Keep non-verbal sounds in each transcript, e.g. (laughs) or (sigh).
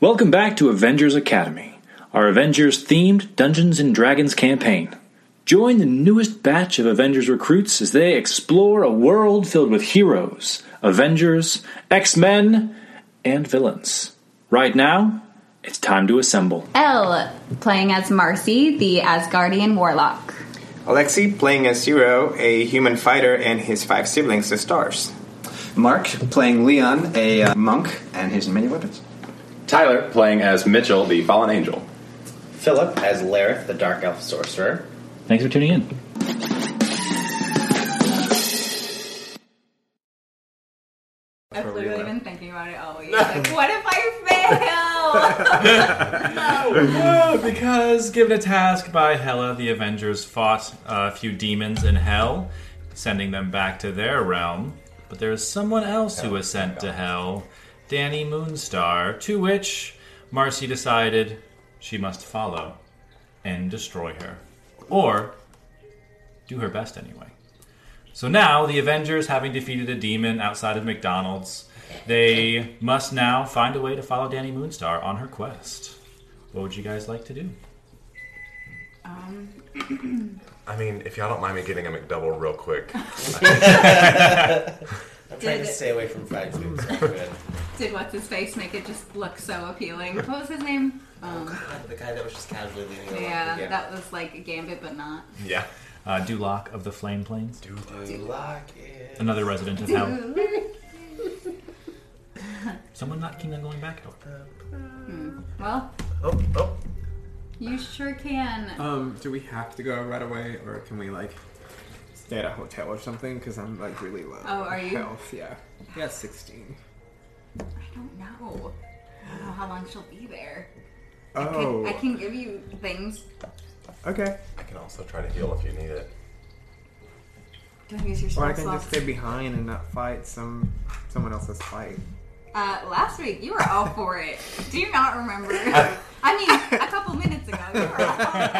Welcome back to Avengers Academy, our Avengers themed Dungeons and Dragons campaign. Join the newest batch of Avengers recruits as they explore a world filled with heroes, Avengers, X Men, and villains. Right now, it's time to assemble. Elle playing as Marcy, the Asgardian warlock. Alexi playing as Zero, a human fighter, and his five siblings, the stars. Mark playing Leon, a uh, monk, and his many weapons. Tyler playing as Mitchell, the fallen angel. Philip as Lareth, the dark elf sorcerer. Thanks for tuning in. I've literally been thinking about it all week. Like, what if I Oh, because given a task by Hela, the Avengers fought a few demons in hell, sending them back to their realm. But there is someone else who was sent to hell, Danny Moonstar, to which Marcy decided she must follow and destroy her. Or do her best anyway. So now, the Avengers, having defeated a demon outside of McDonald's, they must now find a way to follow Danny Moonstar on her quest. What would you guys like to do? I mean, if y'all don't mind me getting a McDouble real quick. (laughs) I'm trying to stay away from fried food. so I'm good. fail? Did what's his face make it just look so appealing? What was his name? Um, the guy that was just casually leaning Oh, over. yeah, that was like a gambit, but not. yeah. Uh, Duloc of the Flame Planes, You lock it. another resident of hell. Someone not keen on going back door. Well, Oh, oh. you sure can. Um, do we have to go right away, or can we like stay at a hotel or something? Because I'm like really low. Oh, are on you? Health, yeah. Yeah, sixteen. I don't know. I don't know how long she'll be there. Oh, I can give you things. okay. I can also try to heal if you need it. Do I use your Or I spell can just slots? stay behind and not fight some someone else's fight. Uh, last week you were all for it. Do you not remember? I mean, a couple minutes ago you were all for it.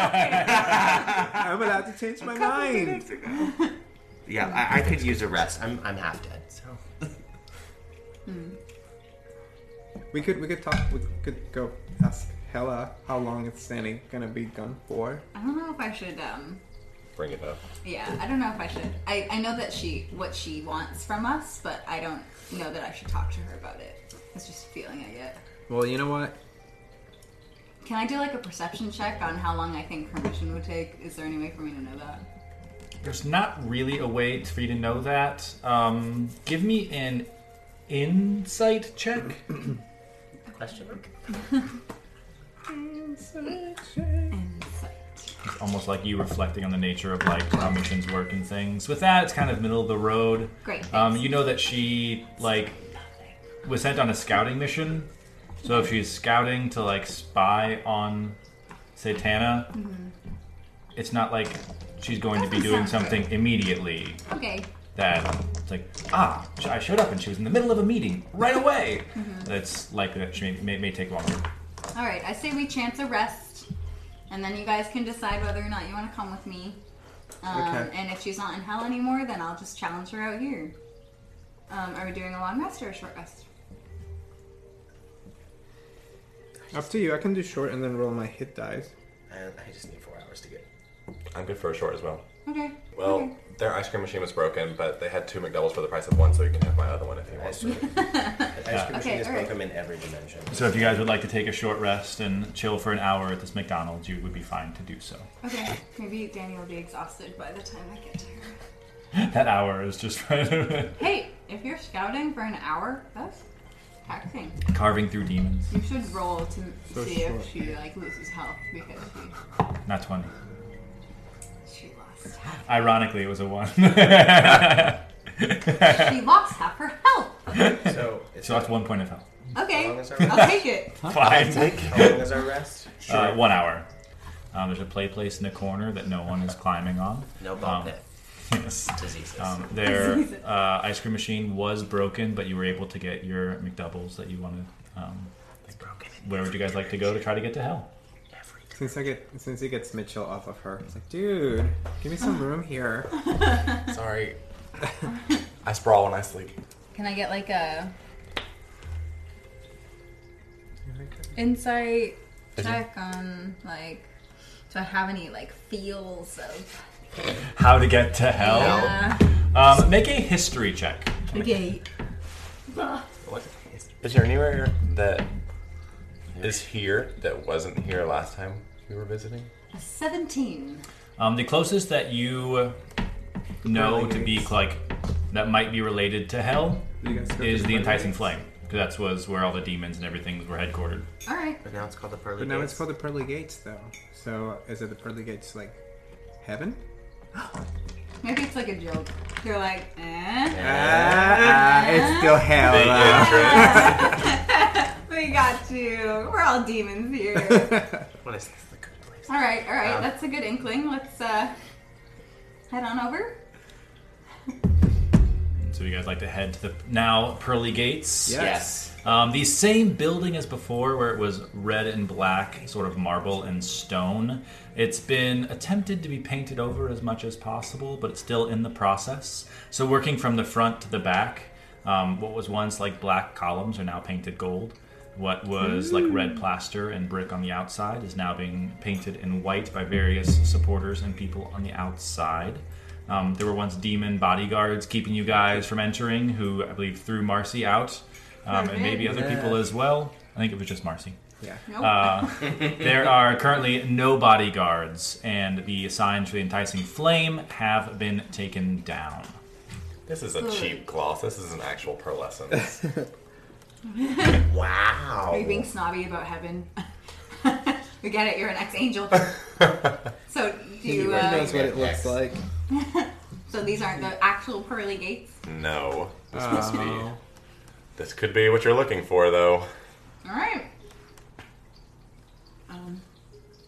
I'm allowed to change my mind. Yeah, I, I could use a rest. I'm, I'm half dead, so. We could we could talk. We could go ask Hella how long it's standing gonna be gone for. I don't know if I should. Um, Bring it up. yeah, I don't know if I should. I, I know that she what she wants from us, but I don't know that I should talk to her about it. It's just a feeling I get. Well, you know what? Can I do like a perception check on how long I think her mission would take? Is there any way for me to know that? There's not really a way for you to know that. Um, give me an insight check. Question mark? Insight. It's almost like you reflecting on the nature of like how missions work and things. With that, it's kind of middle of the road. Great, Um, thanks. you know that she like was sent on a scouting mission. So if she's scouting to like spy on Satana, it's not like she's going to be Mm-hmm. Doesn't doing sound good. something immediately. Okay. That it's like ah, sh- I showed up and she was in the middle of a meeting right away. That's likely that she may, may, may take longer. All right. I say we chance a rest, and then you guys can decide whether or not you want to come with me. Um, Okay. And if she's not in hell anymore, then I'll just challenge her out here. Um, are we doing a long rest or a short rest? Up to you. I can do short and then roll my hit dice. I, I just need four hours to (laughs) get. I'm good for a short as well. Okay. Well, okay. their ice cream machine was broken, but they had two McDoubles for the price of one, so you can have my other one if you want. Ice cream, ice cream machine Okay, is alright. broken in every dimension. So if you guys would like to take a short rest and chill for an hour at this McDonald's, you would be fine to do so. (laughs) Okay. Maybe Danny will be exhausted by the time I get to her. That hour is just (laughs) Hey, if you're scouting for an hour, that's taxing. carving through demons. You should roll to So see short. if she like loses health because Not 20. she she lost Ironically, it was a 1. she lost half her health. So, (laughs) it's so that's 1 point of health. Okay, long is our I'll take it. Fine. how long is our rest? Uh, one hour. Um, there's a play place in the corner that no one is climbing on. (laughs) No ball Um, pit. Yes. Diseases. (laughs) Um, their uh, ice cream machine was broken, but you were able to get your McDoubles that you wanted. Um, it's broken in where would you guys like to go to try to get to hell? every Since I get since he gets Mitchell off of her, it's like, dude, give me some room here. (laughs) Sorry. I sprawl when I sleep. Can I get like a Insight check on like. Do I have any like feels of? How to get to hell? Yeah. Um, make a history check. Okay. What? Is there anywhere that is here that wasn't here last time we were visiting? A Seventeen. Um, the closest that you know to be like that might be related to hell You guys go is to the Pearly enticing Gates. flame. 'cause That was where all the demons and everything were headquartered. All right. But now it's called the pearly. But now it's Gates. called the pearly gates, though. So is it the pearly gates like heaven? Maybe it's like a joke. They're like, eh. Ah, it's still hell. They We got you. We're all demons here. What is this? The good place. All right, all right. That's a good inkling. Let's uh, head on over. So you guys like to head to the now pearly gates. Yeah. Yes. Um, the same building as before, where it was red and black, sort of marble and stone. It's been attempted to be painted over as much as possible, but it's still in the process. So, working from the front to the back, um, what was once like black columns are now painted gold. What was like red plaster and brick on the outside is now being painted in white by various supporters and people on the outside. Um, there were once demon bodyguards keeping you guys from entering, who I believe threw Marcy out, um, and maybe other people as well. I think it was just Marcy. yeah. Nope. There are currently no bodyguards, and the signs for the enticing flame have been taken down. This is a cheap gloss. This is an actual pearlescence. Are you Wow. being snobby about heaven? (laughs) we get it. You're an (laughs) ex-angel. so do you? Who Uh, knows what it looks like? (laughs) so these aren't the actual pearly gates. no, this must be. This could be what you're looking for, though. All right. Um,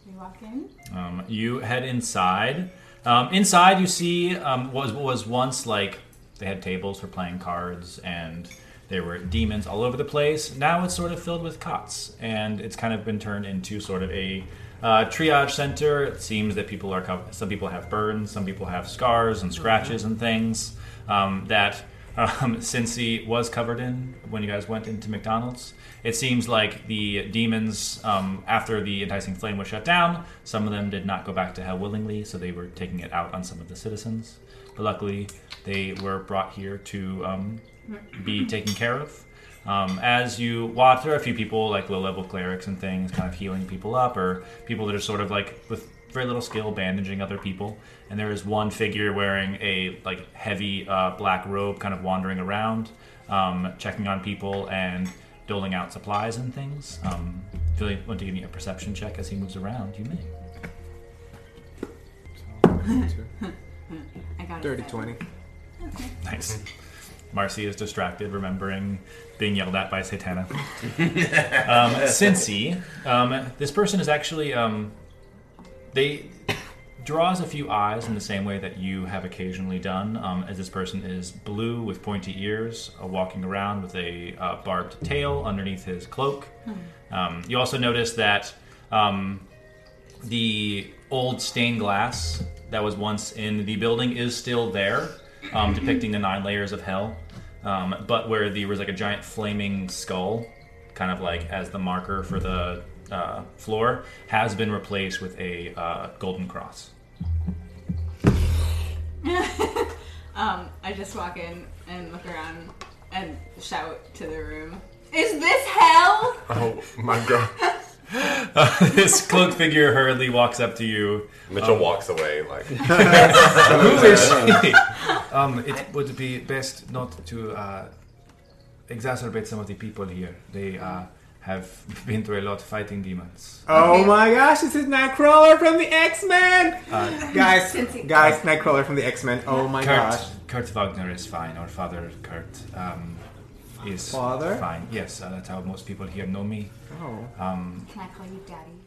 we walk in. Um, you head inside. Um, inside, you see um, what was, what was once like they had tables for playing cards, and there were demons all over the place. Now it's sort of filled with cots, and it's kind of been turned into sort of a uh, triage center. It seems that people are cov- some people have burns, some people have scars and scratches and things um, that. Um, (laughs) Cincy was covered in when you guys went into McDonald's. It seems like the demons, um, after the enticing flame was shut down, some of them did not go back to hell willingly, so they were taking it out on some of the citizens. But luckily, they were brought here to um, be taken care of. Um, as you watch, there are a few people like low-level clerics and things, kind of healing people up, or people that are sort of like with very little skill bandaging other people. And there is one figure wearing a like heavy uh, black robe, kind of wandering around, um, checking on people and doling out supplies and things. Um, if you want to give me a perception check as he moves around, you may. I got Dirty it. 20. Nice. Marcy is distracted, remembering being yelled at by Satana. um, Cincy, um, this person is actually um, they draws a few eyes in the same way that you have occasionally done. Um, as this person is blue with pointy ears, uh, walking around with a uh, barbed tail underneath his cloak. Um, you also notice that um, the old stained glass that was once in the building is still there, um, depicting the nine layers of hell. Um, but where there was like a giant flaming skull, kind of like as the marker for the uh, floor, has been replaced with a uh, golden cross. (laughs) Um, I just walk in and look around and shout to the room. Is this hell? Oh my god. this cloak figure hurriedly walks up to you. (laughs) Mitchell walks away like. (laughs) Who is she? Um, it would be best not to uh, exacerbate some of the people here. They uh, have been through a lot fighting demons. Oh my gosh, this is Nightcrawler from the X Men! (laughs) guys, guys, Nightcrawler from the X Men. Oh my Kurt, gosh. Kurt Wagner is fine, or Father Kurt um, is Father? fine. Yes, uh, that's how most people here know me. Oh. Can I call you daddy?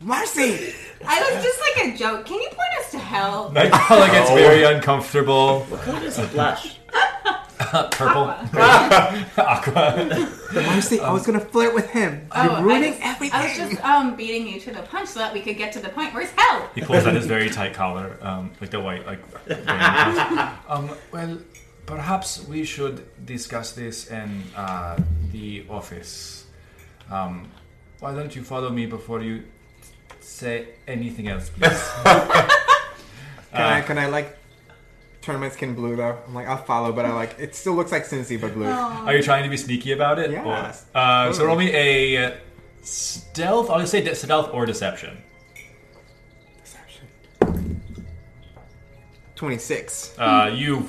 Marcy! I was just like a joke. Can you point us to hell? (laughs) Nightcrawler gets very uncomfortable. Blush. Purple. Aqua. Marcy, I was gonna flirt with him. Oh, You're ruining I just, everything. I was just um beating you to the punch so that we could get to the point. Where's hell? He pulls out his very tight collar, (laughs) um, like the white, like. band. Um, well, perhaps we should discuss this in uh, the office. Um, why don't you follow me before you say anything else, please? Can I can I like turn my skin blue though? I'm like I'll follow, but I like it still looks like Cincy but blue. Oh. Are you trying to be sneaky about it? Yeah. Or, uh, so roll me a stealth. I'll just say de- stealth or deception. Twenty six. Uh, you,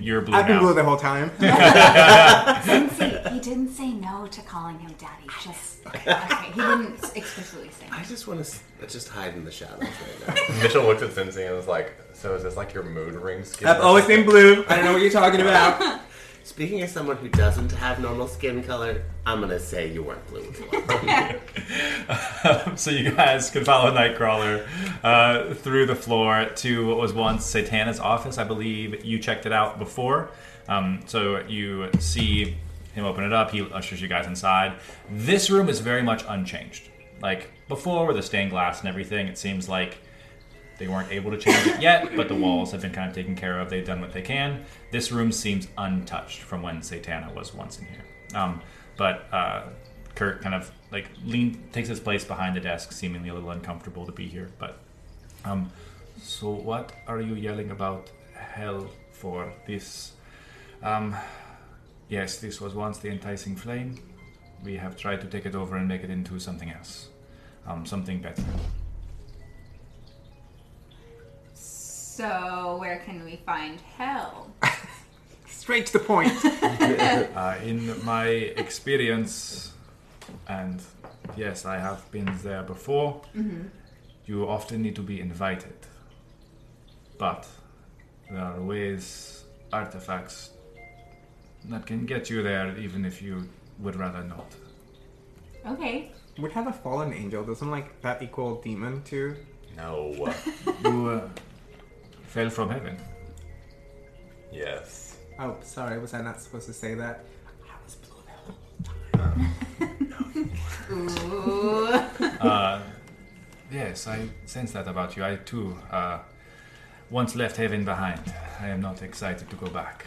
you're blue Hmm. I've been now. blue the whole (laughs) time. Cincy, he didn't say no to calling him daddy. Just okay. He didn't explicitly say. I just want to just hide in the shadows right (laughs) Mitchell looked at Cincy and was like, "So is this like your mood ring skin?" I've always been blue. I don't know what you're talking about. now. Speaking as someone who doesn't have normal skin color, I'm gonna say you weren't blue. (laughs) so you guys can follow Nightcrawler uh, through the floor to what was once Satana's office. I believe you checked it out before. Um, so you see him open it up. He ushers you guys inside. This room is very much unchanged. Like before, with the stained glass and everything, it seems like they weren't able to change it yet, but the walls have been kind of taken care of. They've done what they can. This room seems untouched from when Satana was once in here. Um, but uh, Kurt kind of like lean takes his place behind the desk, seemingly a little uncomfortable to be here. But um, so, what are you yelling about hell for? This. Um, yes, this was once the enticing flame. We have tried to take it over and make it into something else. Um, something better. So where can we find hell? (laughs) Straight to the point. Uh, in my experience, and yes, I have been there before, you often need to be invited. But there are ways, artifacts, that can get you there even if you would rather not. Okay. Would have a fallen angel. Doesn't like that equal demon too? no. (laughs) You uh, fell from heaven. yes. Oh, sorry. Was I not supposed to say that? Ooh. Yes, I sense that about you. I too uh, once left heaven behind. I am not excited to go back.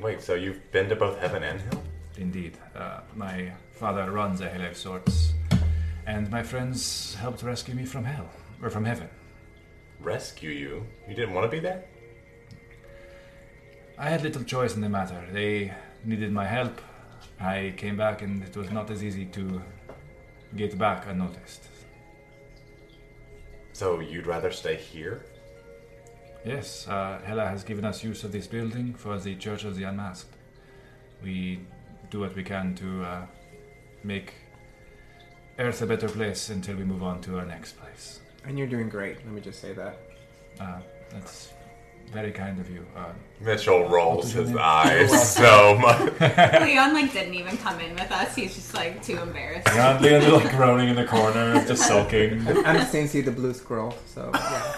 Wait. So you've been to both heaven and hell? Indeed. Uh, my father runs a hell of sorts, and my friends helped rescue me from hell, or from heaven. Rescue you? You didn't want to be there? I had little choice in the matter. They needed my help. I came back, and it was not as easy to get back unnoticed. So you'd rather stay here? Yes, uh, Hela has given us use of this building for the Church of the Unmasked. We do what we can to uh, make Earth a better place until we move on to our next place. And you're doing great. Let me just say that. Uh, that's very kind of you. Uh, Mitchell rolls his name? eyes so much. Leon like didn't even come in with us. He's just like too embarrassed. Leon's like groaning in the corner, just sulking. I'm Cincy the blue squirrel. So yeah.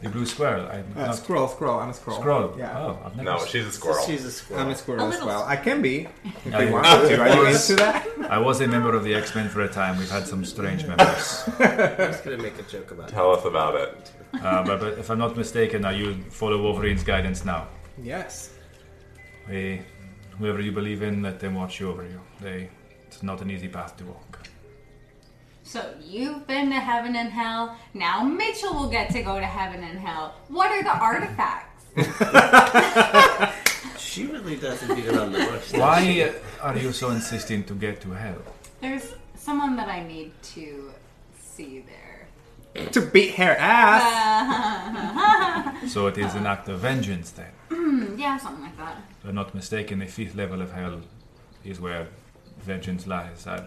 the blue squirrel. I'm Uh, not squirrel, squirrel. I'm a squirrel. Oh. squirrel. Yeah. Oh, I've never. No, she's a squirrel. She's a I'm a squirrel. squirrel A as little well. I can be if Yeah, they you- want me to. Are you into that? I was a member of the X Men for a time. We've had some strange members. I'm just gonna make a joke about it. Tell us about it. Uh, but, but if I'm not mistaken, are you follow Wolverine's guidance now? Yes. They, whoever you believe in, let them watch you over you. They, it's not an easy path to walk. So you've been to heaven and hell. Now Mitchell will get to go to heaven and hell. What are the artifacts? She really doesn't beat around the bush. does she? Why are you so insistent to get to hell? There's someone that I need to see there. To beat her ass. So it is an act of vengeance then. yeah, something like that. If I'm not mistaken, the fifth level of hell is where vengeance lies. I,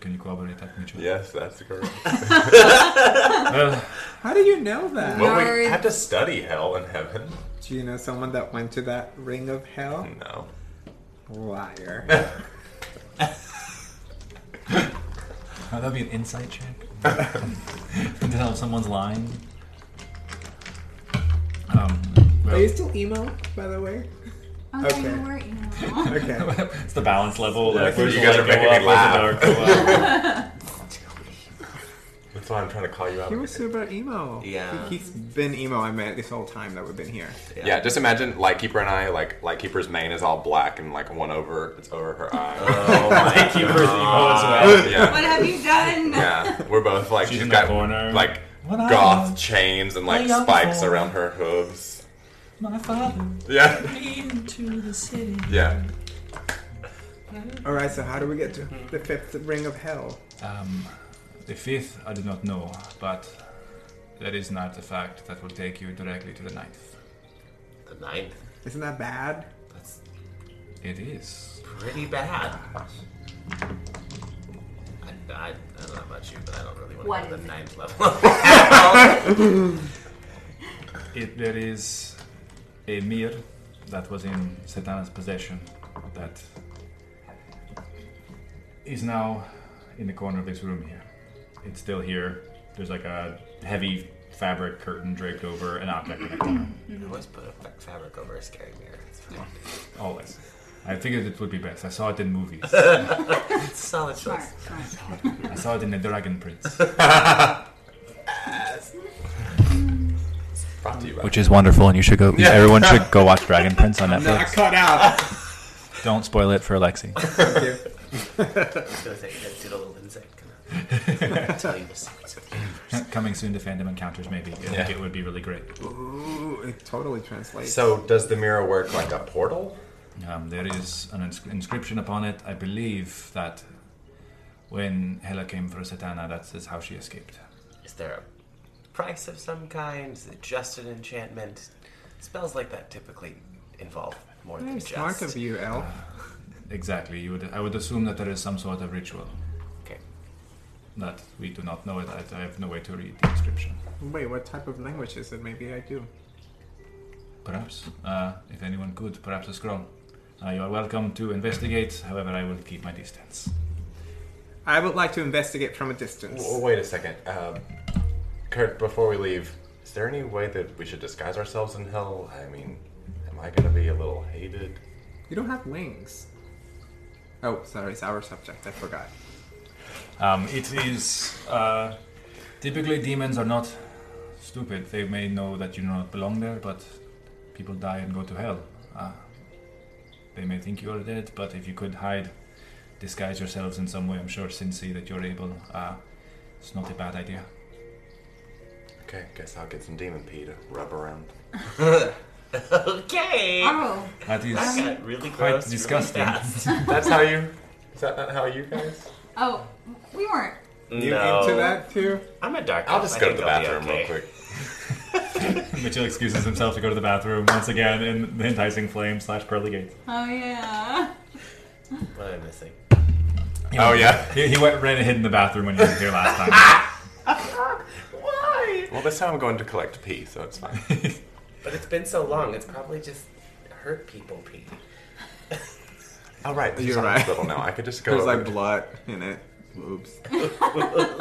can you corroborate that, Mitchell? Yes, that's (laughs) correct. Well, Uh, How do you know that? Well, we Nerd. have to study hell and heaven. Do you know someone that went to that ring of hell? No. Liar. That'd be an insight (laughs) check. to tell if someone's lying. um, Are you well, still emo, by the way? Oh, Okay. you were (laughs) emo. Okay. It's the balance level. Like, You where's the guys light are making go up, me where's the laugh. dark go up? That's why I'm trying to call you out. He was super emo. Yeah. He, has been emo, I meant, this whole time that we've been here. yeah. just imagine Lightkeeper and I, like, Lightkeeper's mane is all black and, like, one over, it's over her eye. Oh (laughs) my Keeper's emo as well. Yeah. What have you done? Yeah. We're both, like, She's she's in the got, corner. like, What are goth you? chains and, like, What are you spikes for? around her hooves. My father Yeah. came to the city. Yeah. Alright, so how do we get to the fifth ring of hell? Um, the fifth, I do not know, but that is an artifact that will take you directly to the ninth. The ninth. Isn't that bad? That's It is. pretty bad. I, I, I don't know about you, but I don't really What want to go to is the it? ninth level. (laughs) of hell. It, there is a mirror that was in Satana's possession that is now in the corner of this room here. It's still here. There's like a heavy fabric curtain draped over an object in the corner. I always put a fa- fabric over a scary mirror. It's fine. Always. I figured it would be best. I saw it in movies. It's a solid Smart, choice. smart. I saw it in The Dragon Prince. Brought to you by. Which is wonderful, and you should go. Everyone should go watch Dragon Prince on No, I Netflix. cut out. Don't spoil it for Alexi. Thank you. I was gonna say, that did a little insect kind (laughs) of tell you the secrets of the universe. (laughs) Coming soon to Fandom Encounters, maybe. I Yeah. think it would be really great. Ooh, it totally translates. So, does the mirror work like a portal? Um, there is an ins- inscription upon it. I believe that when Hela came for Satana, that is how she escaped. Is there a price of some kind? Is it just an enchantment? Spells like that typically involve more than Very just. smart of you, Elf. Exactly. You would. I would assume that there is some sort of ritual Okay. that we do not know it. I, I have no way to read the inscription. Wait, what type of language is it? Maybe I do. Perhaps, uh, if anyone could, perhaps a scroll. Uh, you are welcome to investigate. However, I will keep my distance. I would like to investigate from a distance. Well, wait a second. Um, Kurt, before we leave, is there any way that we should disguise ourselves in hell? I mean, am I going to be a little hated? You don't have wings. Oh, sorry, it's our subject. I forgot. Um, it is uh, typically demons are not stupid. They may know that you do not belong there, but people die and go to hell. Uh, they may think you are dead, but if you could hide, disguise yourselves in some way, I'm sure Cincy that you're able. Uh, it's not a bad idea. Okay, guess I'll get some demon pee to rub around. Okay. Oh, That is That got really quite gross. disgusting. Really (laughs) fast. That's how you. Is that not how you guys? oh, we weren't. You no. into that too? I'm a dark. I'll elf. just I go to think the I'll be bathroom okay. real quick. Mitchell excuses himself to go to the bathroom once again in the enticing flame slash pearly gates. Oh yeah. (laughs) What am I missing? Oh, (laughs) yeah. He, he went ran and hid in the bathroom when he was here last (laughs) time. (laughs) Why? Well, this time I'm going to collect pee, so it's (laughs) fine. But it's been so long. It's probably just hurt people pee. All right, You're you're right. right. Little now, I could just go. There's over like to- blood in it. Oops.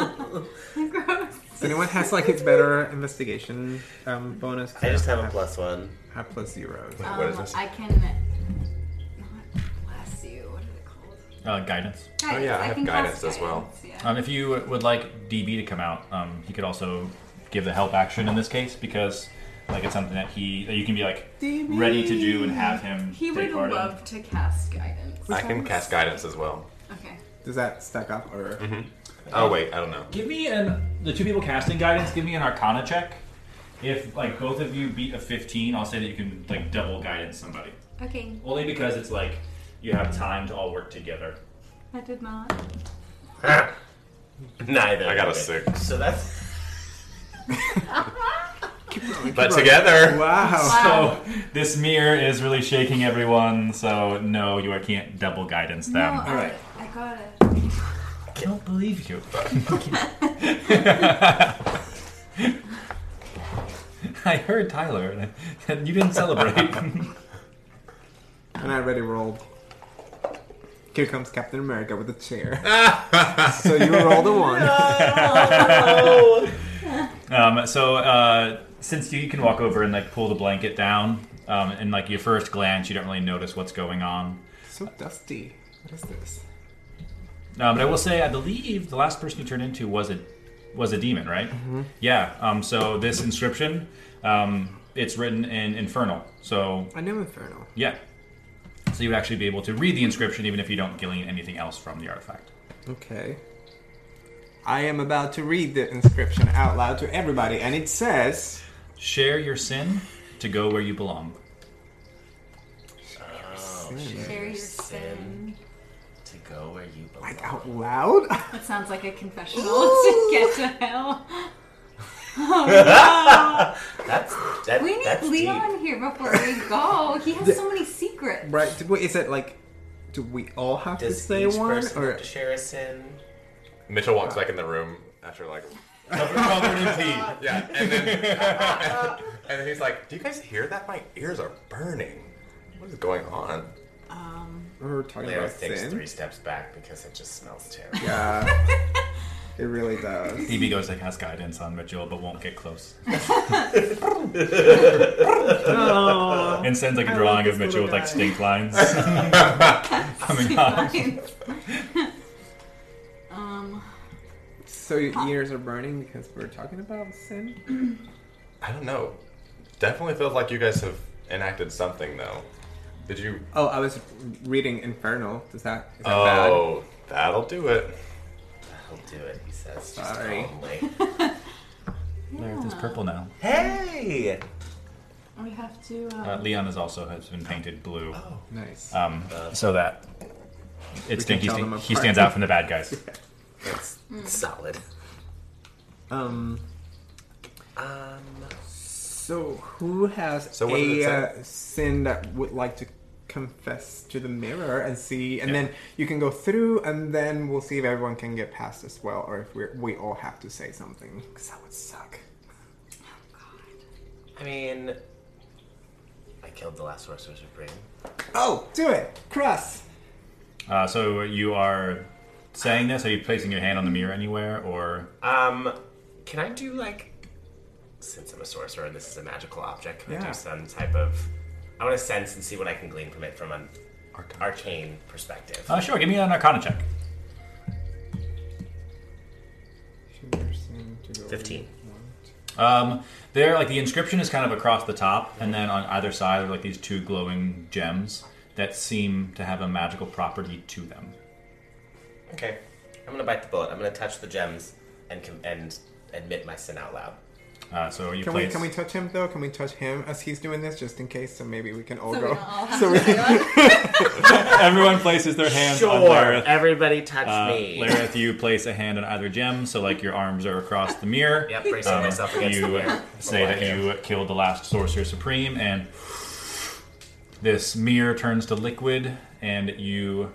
Gross. So anyone has like his better investigation um, bonus? 'Cause I just have a have- plus one. I have plus zeros. Wait, what is this? Um, I can not bless you. What are they called? uh, guidance. Oh, yeah, I have can guidance cast as well. guidance, Yeah. Um, if you would like DB to come out, um, he could also give the help action in this case because like it's something that he that you can be like ready to do and have him. he take would part in. love to cast guidance. I can cast guidance as well. Okay. Does that stack up or? Mm-hmm. Oh wait, I don't know. Give me an the two people casting guidance. Give me an Arcana check. If like both of you beat a fifteen, I'll say that you can like double guidance somebody. Okay. Only because it's like you have time to all work together. I did not. Neither. I got a of it. six. So that's But together, Wow. Wow. So this mirror is really shaking everyone. So no, you can't double guidance No, them. I, right. I got it. I don't believe (laughs) you. I heard Tyler, and, and you didn't (laughs) celebrate. And I already rolled. Here comes Captain America with a (laughs) chair. so you rolled a one. um, so uh, since you, you can walk over and like pull the blanket down, um, and like your first glance, you don't really notice what's going on. So dusty. What is this? Um, but I will say, I believe the last person you turned into was a was a demon, right? Yeah. Um, so this inscription, um, it's written in Infernal. So I knew Inferno. yeah. So you would actually be able to read the inscription even if you don't glean anything else from the artifact. Okay. I am about to read the inscription out loud to everybody, and it says. Share your sin to go where you belong. Share your sin. To go where you belong. Like out loud? (laughs) That sounds like a confessional (laughs) to get to hell. That's that, We need that's Leon deep. here before we go. He has so many (laughs) secrets. right. do- Wait, is it like. Do we all have to Does say each one? person Or. have to share a sin? Mitchell walks back in the room after like covered, covered in tea. Yeah, and then and then (laughs) he's like, "Do you guys hear that? My ears are burning. What is going on?" We're talking Leo about takes sin? three steps back because it just smells terrible. Yeah. it really does. Phoebe goes to cast guidance on Mitchell, but won't get close. and sends like a drawing of Mitchell with like stink lines. (laughs) Coming on. (laughs) um, So your ears are burning because we're talking about sin? I don't know. Definitely feels like you guys have enacted something though. Did you? Oh, I was reading Infernal. Does that. Is that Oh, that'll do it. He'll do it, he says. Just Sorry. calmly. (laughs) My earth is purple now. Hey! we have to. (laughs) Uh, Uh, Leon is also has been painted blue, bad? Nice. um, so that it's Oh. Uh, can stinky. tell Stink. them He apart. stands out from the bad guys. That's Hmm. solid. Um. Um, So who has So what does a it uh, sin that would like to confess to the mirror and see, and then you can go through, and then we'll see if everyone can get past as well, or if we we all have to say something. Because that would suck. I mean, I killed the last sorcerer supreme. Oh, do it, Cross. Uh, so you are saying this? Are you placing your hand on the mirror anywhere, or Um, can I do like, since I'm a sorcerer and this is a magical object, can I Yeah. do some type of? I want to sense and see what I can glean from it from an arcane perspective. uh, sure? Give me an Arcana check. Fifteen. Um, there, like the inscription is kind of across the top, and then on either side are like these two glowing gems that seem to have a magical property to them. Okay, I'm gonna bite the bullet. I'm gonna touch the gems and com- and admit my sin out loud. Uh, so you Can place. we (laughs) can we touch him though? Can we touch him as he's doing this, just in case? So maybe we can all so we go. don't (laughs) all have So to we- say one. Everyone places their hands on Lareth. everybody touch Uh, me. Lareth, you place a hand on either gem, so like your arms are across the mirror. Yep, bracing Um, myself against the you mirror. say that you killed the last sorcerer supreme, and this mirror turns to liquid, and you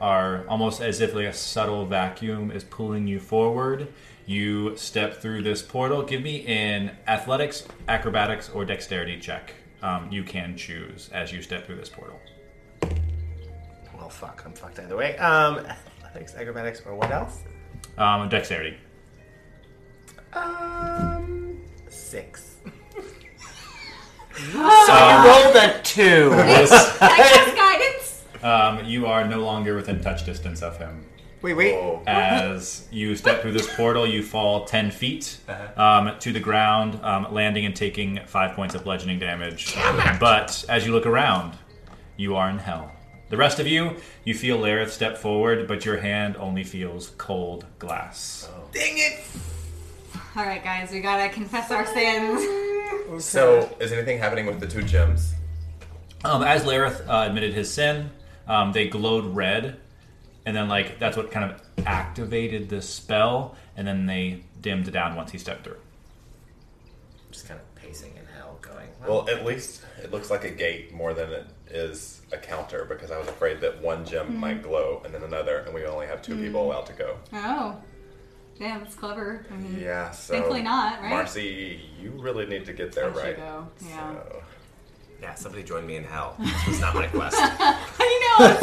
are almost as if like a subtle vacuum is pulling you forward. You step through this portal. Give me an athletics, acrobatics, or dexterity check. Um, you can choose as you step through this portal. Well, fuck, I'm fucked either way. Um, athletics, acrobatics, or what else? Um, dexterity. Um, six. (laughs) so you rolled a two. This- I guess guidance. Um, you are no longer within touch distance of him. Wait, wait. Oh, As you step through this portal, you fall 10 feet um, to the ground, um, landing and taking five points of bludgeoning damage. But as you look around, you are in hell. The rest of you, you feel Lareth step forward, but your hand only feels cold glass. All right, guys, we gotta confess our (laughs) sins. So, is anything happening with the two gems? Um, as Lareth uh, admitted his sin, um, they glowed red, and then like that's what kind of activated the spell, and then they dimmed down once he stepped through. just kind of pacing in hell, going. Well, at least it looks like a gate more than it is a counter because I was afraid that one gem might glow and then another, and we only have two people allowed to go. Oh, damn, that's clever. I mean, Yeah, so. Thankfully not, right? Marcy, you really need to get there, I should right? go. Yeah. So- yeah, somebody join me in hell. This was not my (laughs) quest. (laughs) I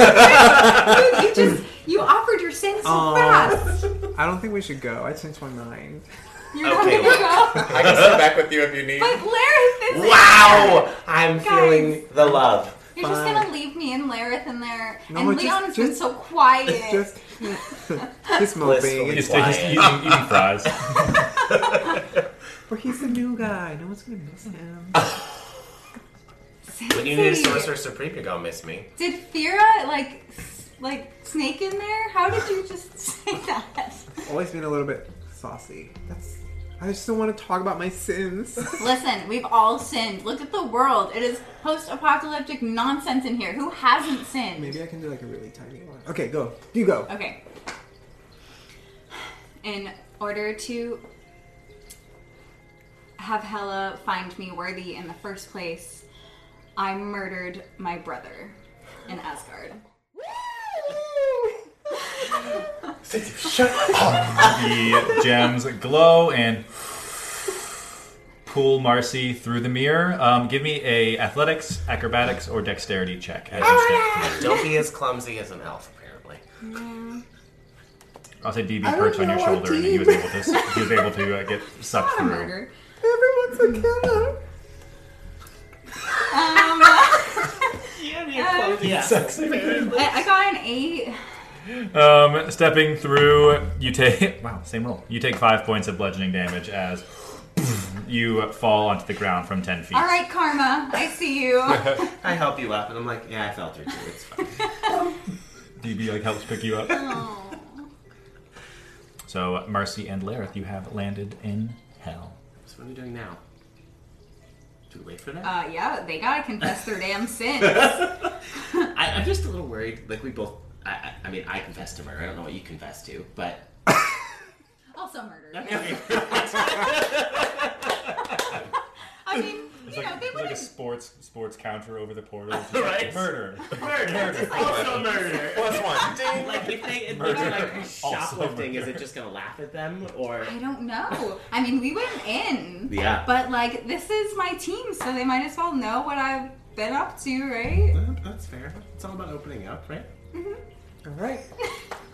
know. you, you just you offered your sins so Aw. fast. I don't think we should go. I changed my mind. You're not Okay, gonna go. (laughs) (laughs) I can sit back with you if you need. But Lareth, this is- wow, I'm feeling the love. You're just gonna leave me and Lareth in there, No, and just- Leon's been just- so quiet. Just (laughs) He's moping. Blissfully It's- He's, he's (laughs) eating, eating fries. But he's the new guy. No one's gonna miss him. When you need a sorcerer supreme, you're gonna miss me. Did Fira like s- like snake in there? How did you just (laughs) say that? Always been a little bit saucy. That's. I just don't want to talk about my sins. Listen, we've all sinned. Look at the world. It is post-apocalyptic nonsense in here. Who hasn't sinned? (laughs) Maybe I can do like a really tiny one. Okay, go. You go. Okay. In order to have Hella find me worthy in the first place, I murdered my brother in Asgard. The gems glow and pull Marcy through the mirror. Um, give me a athletics, acrobatics, or dexterity check. As you step through. Don't be as clumsy as an elf, apparently. I'll say DB perched on your shoulder, and he was able to he was able to uh, get sucked Not a through. murder. Everyone's a killer. I, I got an eight. Um, stepping through, you take wow, same roll. You take five points of bludgeoning damage as you fall onto the ground from ten feet. All right, Karma. I see (laughs) you. I help you up, and I'm like, yeah, I felt her too. It's fine. DB like helps pick you up. Oh. So Marcy and Lareth, you have landed in hell. so what are we doing now? Do we wait for that? Uh, yeah, they gotta confess their damn sins. I, I'm just a little worried. Like we both. I, I, I mean, I confess to murder. I don't know what you confess to, but (laughs) Also murder. I mean, you know, they There's like a wouldn't. sports sports counter over the portal. Right. Murder. also murder. Plus one. Like if they if they're like shoplifting, is it just gonna laugh at them or? I don't know. I mean, we wouldn't in. Yeah. But like, this is my team, so they might as well know what I've been up to, right? That's fair. It's all about opening up, right? All (laughs) right.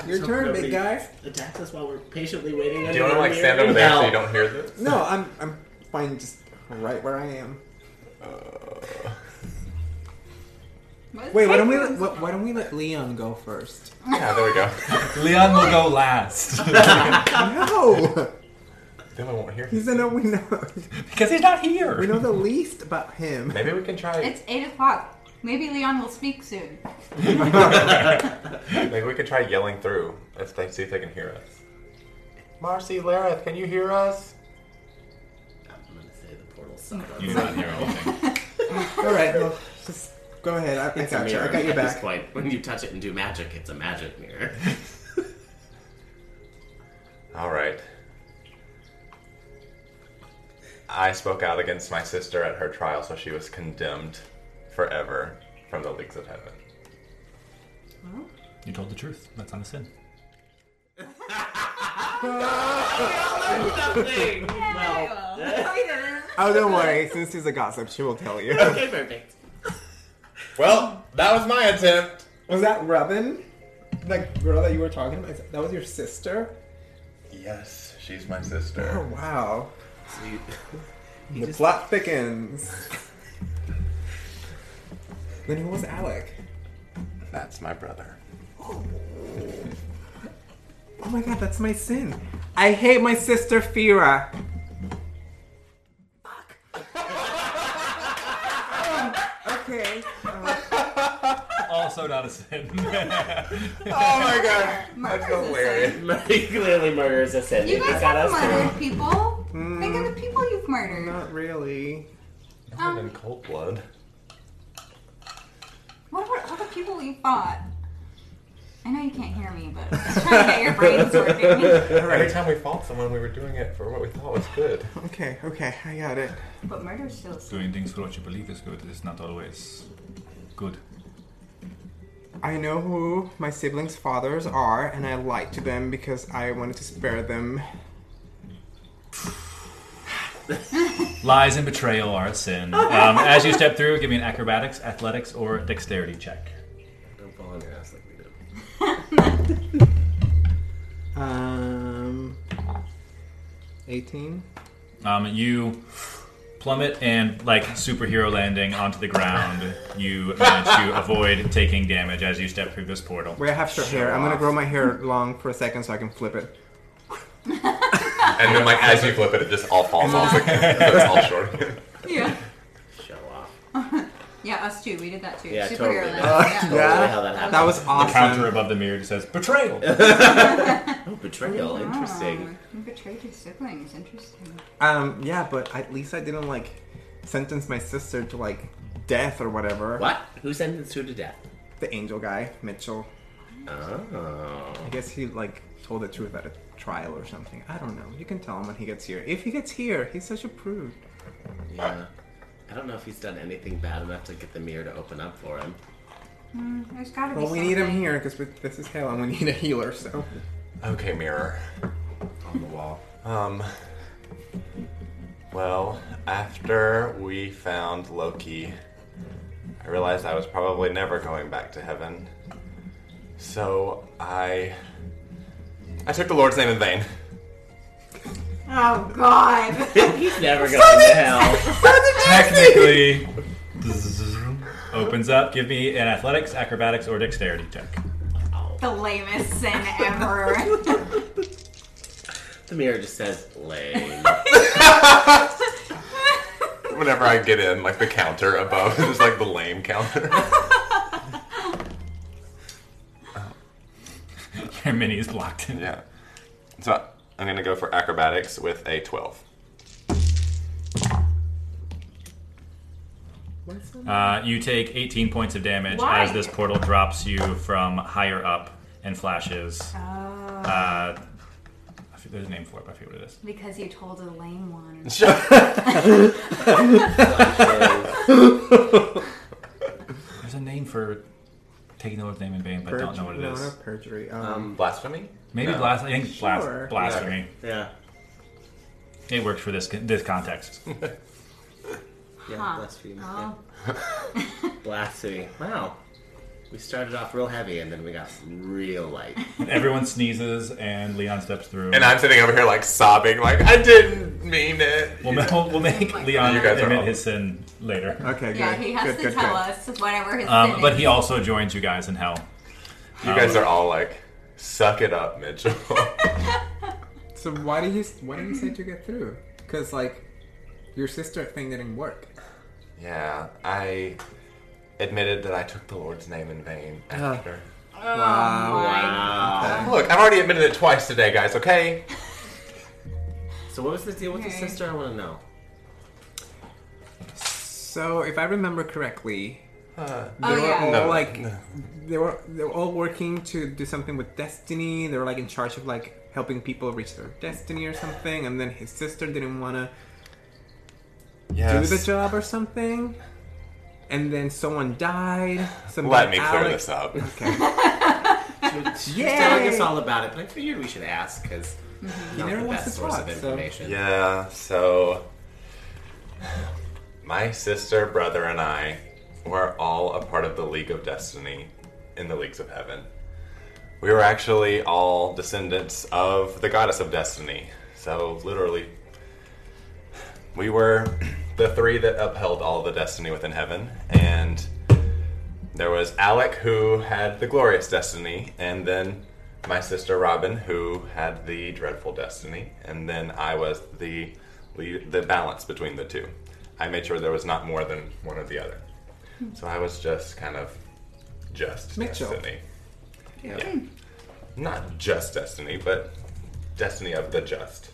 Your turn, big guy. Attacks us while we're patiently waiting. Do you want to like stand over there so you don't hear this? No, I'm I'm fine just right where I am. What- Wait, why don't we let, wh- why don't we let Leon go first? Yeah, there we go. Leon will go (laughs) last (laughs) No, (laughs) then I won't (laughs) hear. he's in a we know (laughs) because he's not we here. know the least about (laughs) him. Maybe we can try. It's eight o'clock. Maybe Leon will speak soon. Maybe we can try yelling through. Let's like, see if they can hear us. Marcy, Lareth, can you hear us? I'm gonna say the portal You do not hear anything. All right, well, just go ahead. I, I got you. I got your at this back. point. When you touch it and do magic, it's a magic mirror. All right. I spoke out against my sister at her trial, so she was condemned forever from the leagues of heaven. You told the truth. That's not a sin. (laughs) (laughs) Nothing. I well, will. (laughs) Oh, don't worry. Since he's a gossip, she will tell you. okay, perfect. Well, that was my attempt. (laughs) Was that Robin? That girl that you were talking about? Is That that was your sister? Yes, she's my Oh sister. wow. So you, (laughs) The plot thickens. then who was Alec? That's my brother. Oh my god, that's my sin. I hate my sister Fira. Fuck. (laughs) okay. Also not a sin. (laughs) Oh my god, Murder's that's a sin. hilarious. (laughs) he clearly murders a sin. You He guys just got have us to- murdered people. Think of the people you've murdered. Not really. in cold blood. What about all the people you fought? I know you can't hear me, but I'm just trying to get your brains working. Every time we fought someone, we were doing it for what we thought was good. Okay, okay, I got it. But murder's still a sin. Doing things for what you believe is good is not always good. I know who my siblings' fathers are, and I lied to them because I wanted to spare them. Lies and betrayal are a sin. Um, as you step through, give me an acrobatics, athletics, or dexterity check. Don't fall on your ass like we did. Um. 18? Um, you plummet and like superhero landing onto the ground. You manage to avoid taking damage as you step through this portal. Wait, I have short hair. I'm gonna grow my hair long for a second so I can flip it. And then, like, as you flip it, it just all falls off. (laughs) Like, it's all short. Yeah. Show off. Yeah, us too. We did that too. Yeah, Superhero totally. land. Totally yeah. Yeah. how that happened. That was The counter awesome. above the mirror just (laughs) says betrayal. Oh, betrayal. Interesting. Oh, you betrayed your siblings. Interesting. Um, yeah, but at least I didn't like sentence my sister to like death or whatever. What? Who sentenced who to death? The angel guy, Mitchell. Oh. I guess he like told the truth at a trial or something. I don't know. You can tell him when he gets here. If he gets here, he's such a prude. Yeah. I don't know if he's done anything bad enough to get the mirror to open up for him. There's gotta be. Well, we need him something. here because this is hell and we need a healer. So Okay, mirror. On the wall. Um. Well, after we found Loki, I realized I was probably never going back to heaven. So I. I took the Lord's name in vain. Oh God. (laughs) (laughs) He's never going to hell. Technically, opens up. Give me an athletics, acrobatics, or dexterity check. the lamest sin ever. The mirror just says, lame. Whenever I get in, like the counter above, (laughs) it's like the lame (laughs) counter. Your mini is blocked. Yeah. So I'm gonna go for acrobatics with a 12. Uh, you take 18 points of damage Why? as this portal drops you from higher up and flashes. Oh. Uh, I think there's a name for it, but I forget what it is. because you told a lame one. There's a name for taking the Lord's name in vain, but I don't know what it no, is. not perjury. Um, (laughs) Blasphemy? Maybe No. blas- I think it's blas- Sure. blasphemy. yeah. It works for this con- this context. (laughs) Yeah, Huh. blasphemy. Oh. yeah. blasphemy. Wow. We started off real heavy and then we got real (laughs) light. Everyone sneezes and Leon steps through. And I'm sitting over here like sobbing, like, I didn't mean it. we'll, ma- we'll- we'll make Leon You guys are admit all- his sin later. okay, good. Yeah, he has good, to good, tell good. us whatever his sin Um, but (laughs) he is. also joins you guys in hell. You guys are all like, suck it up, Mitchell. (laughs) So why did you why did you say to get through? Because like your sister thing didn't work. yeah, I admitted that I took the Lord's name in vain Uh. after. Wow. Uh, Look, I've already admitted it twice today, guys, okay? So, what was the deal with your Okay. sister? I want to know. So if I remember correctly, Oh they were yeah. all No, like no. they were they were all working to do something with destiny. They were like in charge of like helping people reach their destiny or something. And then his sister didn't want to Yes. do the job or something. And then someone died. Somebody Let me clear Alex- this up. (laughs) Okay. She was, she was Yay! telling us all about it, but I figured we should ask because not never the wants best to source talk, of so- information. Yeah, so my sister, brother, and I were all a part of the League of Destiny in the Leagues of Heaven. We were actually all descendants of the Goddess of Destiny. So, literally, we were (clears throat) the three that upheld all the destiny within heaven. And there was Alec, who had the glorious destiny, and then my sister Robin, who had the dreadful destiny, and then I was the the, the balance between the two. I made sure there was not more than one or the other, so I was just kind of just Mitchell. destiny. Yeah. not just destiny, but destiny of the just.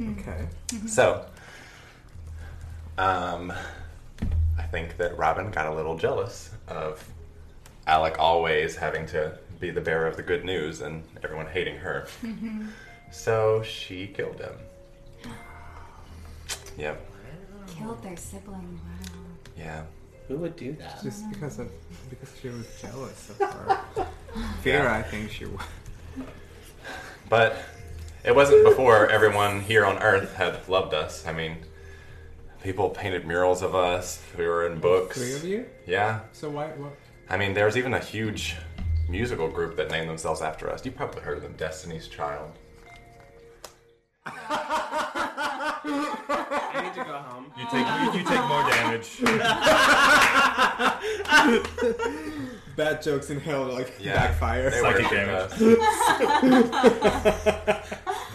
Okay. So, um, I think that Robin got a little jealous of Alec always having to be the bearer of the good news and everyone hating her. So she killed him. Yep. Killed their sibling. Wow. Yeah. Who would do that? Just because of because she was jealous of her. Fear, Yeah. I think she was. But it wasn't before everyone here on Earth had loved us. I mean, people painted murals of us. We were in books. Three of you. Yeah. So why? What? I mean, there's even a huge musical group that named themselves after us. You probably heard of them, Destiny's Child. I need to go home. You take you, you take more damage. Bad jokes in hell like Yeah, backfire. they Psychic were. (laughs)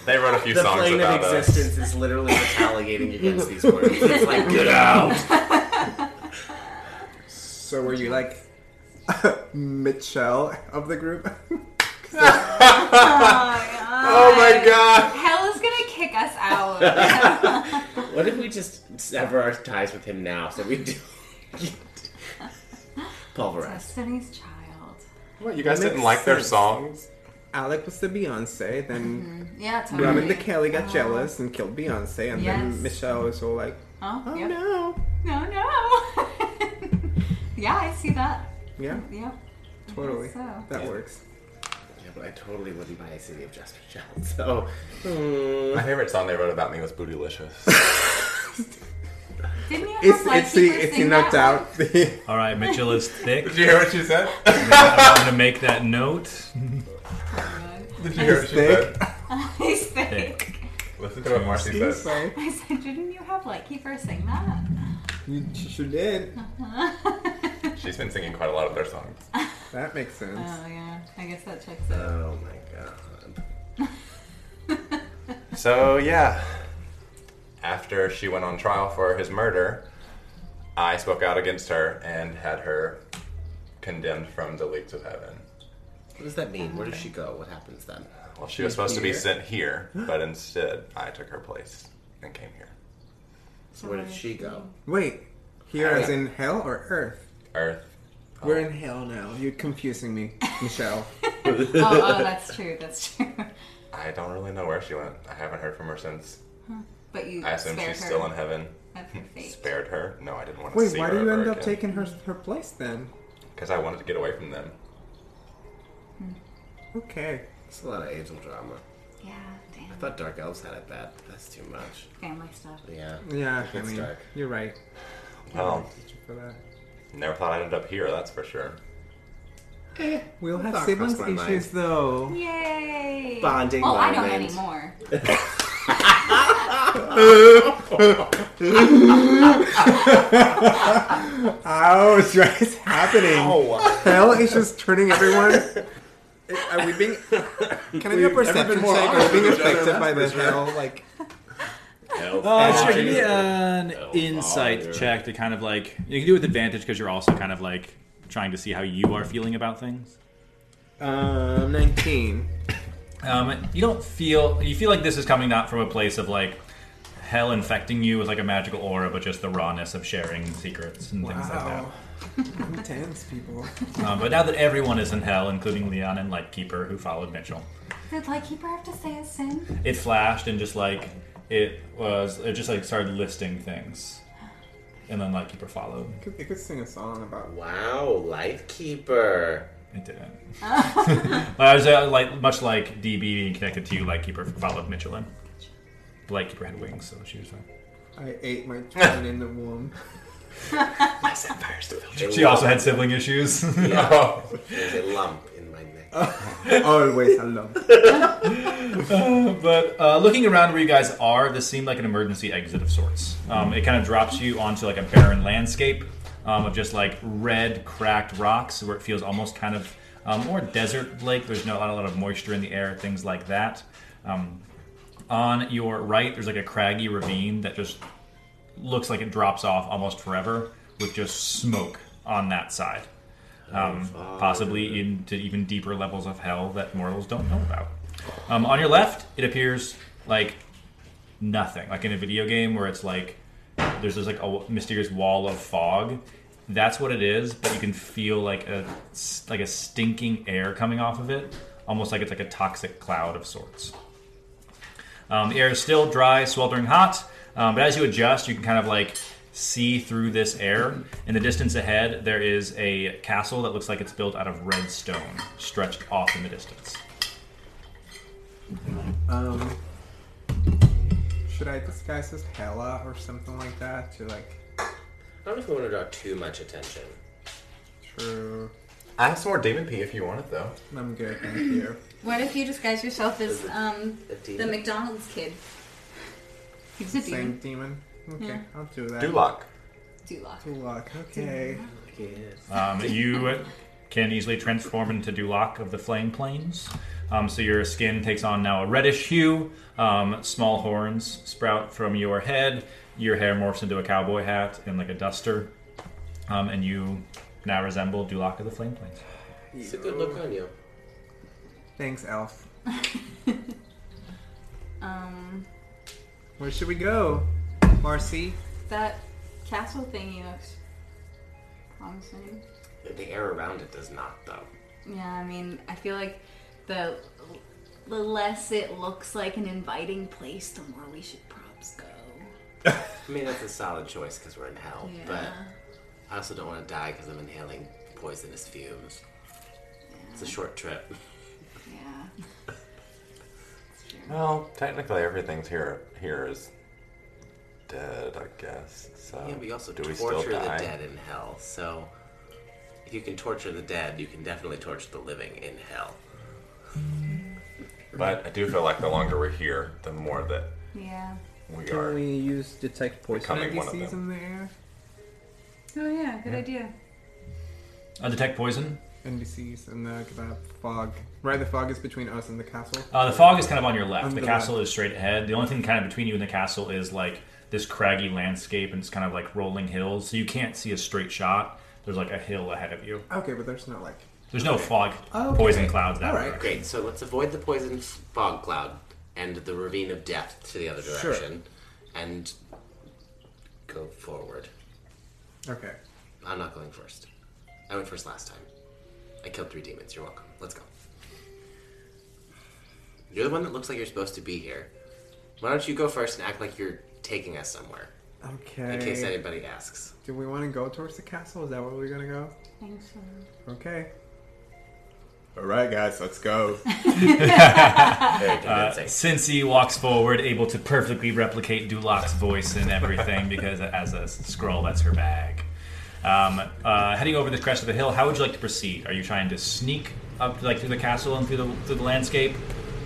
They wrote a few the songs plane about of us. existence is literally (laughs) retaliating against these words. It's like get out. so were you like (laughs) Mitchell of the group? Oh my god! Hell is gonna kick us out. What if we just sever our ties with him now so we do pulverize? Destiny's Child. What, you guys Makes didn't like their sense. songs? (laughs) Alec was the Beyonce, then Yeah, totally. Robin the Kelly got jealous and killed Beyonce, and Yes. then Michelle was all like, Oh, "Oh yep. no, no, no. (laughs) yeah, I see that. yeah, Yep. totally, so. that works." Yeah, but I totally wouldn't buy a city of Jasper Child. So mm, My favorite song they wrote about me was Bootylicious. Didn't you have It's it's the Lightkeeper it's the sing knocked (laughs) that out. The, All right, Mitchell is thick. Did you hear what she said? I'm gonna make that note. one? Did you hear what she Thick. said? He's thick. Listen to what Marcy says. so I said, didn't you have Lightkeeper sing that? (laughs) you sure did. She's been singing quite a lot of their songs. That makes sense. Oh yeah, I guess that checks (laughs) out. Oh my god. So yeah, after she went on trial for his murder, I spoke out against her and had her condemned from the leagues of heaven. What does that mean? Where does she go? What happens then? Well, she was supposed to be sent here, but instead I took her place and came here. So where did she go? Wait, here as in hell or earth? Earth. Oh. We're in hell now. You're confusing (laughs) me, Michelle. Oh, oh, that's true. That's true. (laughs) I don't really know where she went. I haven't heard from her since. But you I Mm, assume spared she's her still in heaven. of her (laughs) fate. Spared her? No, I didn't want to Wait, see why her. do you end up taking her her place then? Because I wanted to get away from them. Okay. It's a lot of angel drama. Yeah, damn. I thought dark elves had it bad. but That's too much. Family stuff. Yeah. Yeah, I It's mean, dark. you're right. Well, For that. never thought I'd end up here. That's for sure. We'll have Thought siblings crossed my issues though. Yay! Bonding Oh, I don't moment. anymore. Ouch, what is happening? Hell is just turning everyone. Are we (laughs) being. Can I do a perception more check? Are honest we being with each other, affected that's by for this sure. hell? Like, Uh, sure, Bonding. give me an Oh, insight fire. check to kind of like you can do it with advantage because you're also kind of like trying to see how you are feeling about things. um, 19. Um, you don't feel you feel like this is coming not from a place of like hell infecting you with like a magical aura, but just the rawness of sharing secrets and things like that. Wow. Intense, people. Um, but now that everyone is in hell, including Leon and Lightkeeper, who followed Mitchell, Did Lightkeeper have to say a sin? it flashed and just like it was it just like started listing things, and then Lightkeeper followed. Could, they could sing a song about. Wow, Lightkeeper. It didn't. but I was uh, like much like DB being connected to you, Lightkeeper followed Mitchell in. But Lightkeeper had wings, so she was fine. I ate my twin in the womb. She also had sibling issues. (laughs) Yeah. There's a lump in my neck. Always alone. (laughs) But uh, looking around where you guys are, this seemed like an emergency exit of sorts. Um, it kind of drops you onto like a barren landscape um, of just like red, cracked rocks, where it feels almost kind of um, more desert like. There's not a lot, a lot of moisture in the air, things like that. Um, on your right, there's like a craggy ravine that just looks like it drops off almost forever, with just smoke on that side, um, possibly into even deeper levels of hell that mortals don't know about. Um, on your left, it appears like nothing, like in a video game where it's like there's this like a w- mysterious wall of fog. That's what it is, but you can feel like a s- like a stinking air coming off of it, almost like it's like a toxic cloud of sorts. Um, the air is still dry, sweltering hot, um, but as you adjust, you can kind of like see through this air. In the distance ahead, there is a castle that looks like it's built out of red stone, stretched off in the distance. Um, should I disguise as Hella or something like that to like I don't know if we want to draw too much attention. true? I have some more demon pee if you want it though. I'm good, thank you. What if you disguise yourself as um A the demon? McDonald's kid? He's a Same demon. demon. Okay, Yeah. I'll do that. Duloc. Duloc. Duloc. Okay. Um, you can easily transform into Duloc of the Flame Plains. Um, so your skin takes on now a reddish hue. Um, small horns sprout from your head. Your hair morphs into a cowboy hat and like a duster. Um, and you now resemble Duloc of the Flame Plains. It's a good look on you. Thanks, Elf. Um, Where should we go, Marcy? that castle thingy looks promising. The air around it does not, though. Yeah, I mean, I feel like the the less it looks like an inviting place, the more we should props go. I mean, that's a solid choice because we're in hell, Yeah. but I also don't want to die because I'm inhaling poisonous fumes. It's a short trip. (laughs) Yeah. Well, technically everything's here here is dead, I guess. So Yeah, we also do we torture still die? the dead in hell, so if you can torture the dead, you can definitely torture the living in hell. But I do feel like the longer we're here, the more that Yeah. we Can are. we use detect poison? Becoming one of NPCs them. in the air? Oh yeah, good idea. Uh, detect poison. NPCs in the uh, fog. Right, the fog is between us and the castle. Uh, the fog is kind of on your On left. The the castle is straight ahead. The only thing kind of between you and the castle is like this craggy landscape and it's kind of like rolling hills. So you can't see a straight shot. There's like a hill ahead of you. Okay, but there's no like. There's no fog, Okay. poison clouds that All right. way. Great, so let's avoid the poison f- fog cloud and the ravine of death to the other Sure. direction and go forward. Okay. I'm not going first. I went first last time. I killed three demons. You're welcome. Let's go. You're the one that looks like you're supposed to be here. Why don't you go first and act like you're taking us somewhere Okay. in case anybody asks? Do we want to go towards the castle? Is that where we're gonna go? Thanks um, for Okay. All right, guys, let's go. Very Uh, convincing. since he walks forward, able to perfectly replicate Dulac's voice and everything, because (laughs) as a scroll, that's her bag. Um, uh, heading over the crest of the hill, how would you like to proceed? Are you trying to sneak up, like through the castle and through the, through the landscape,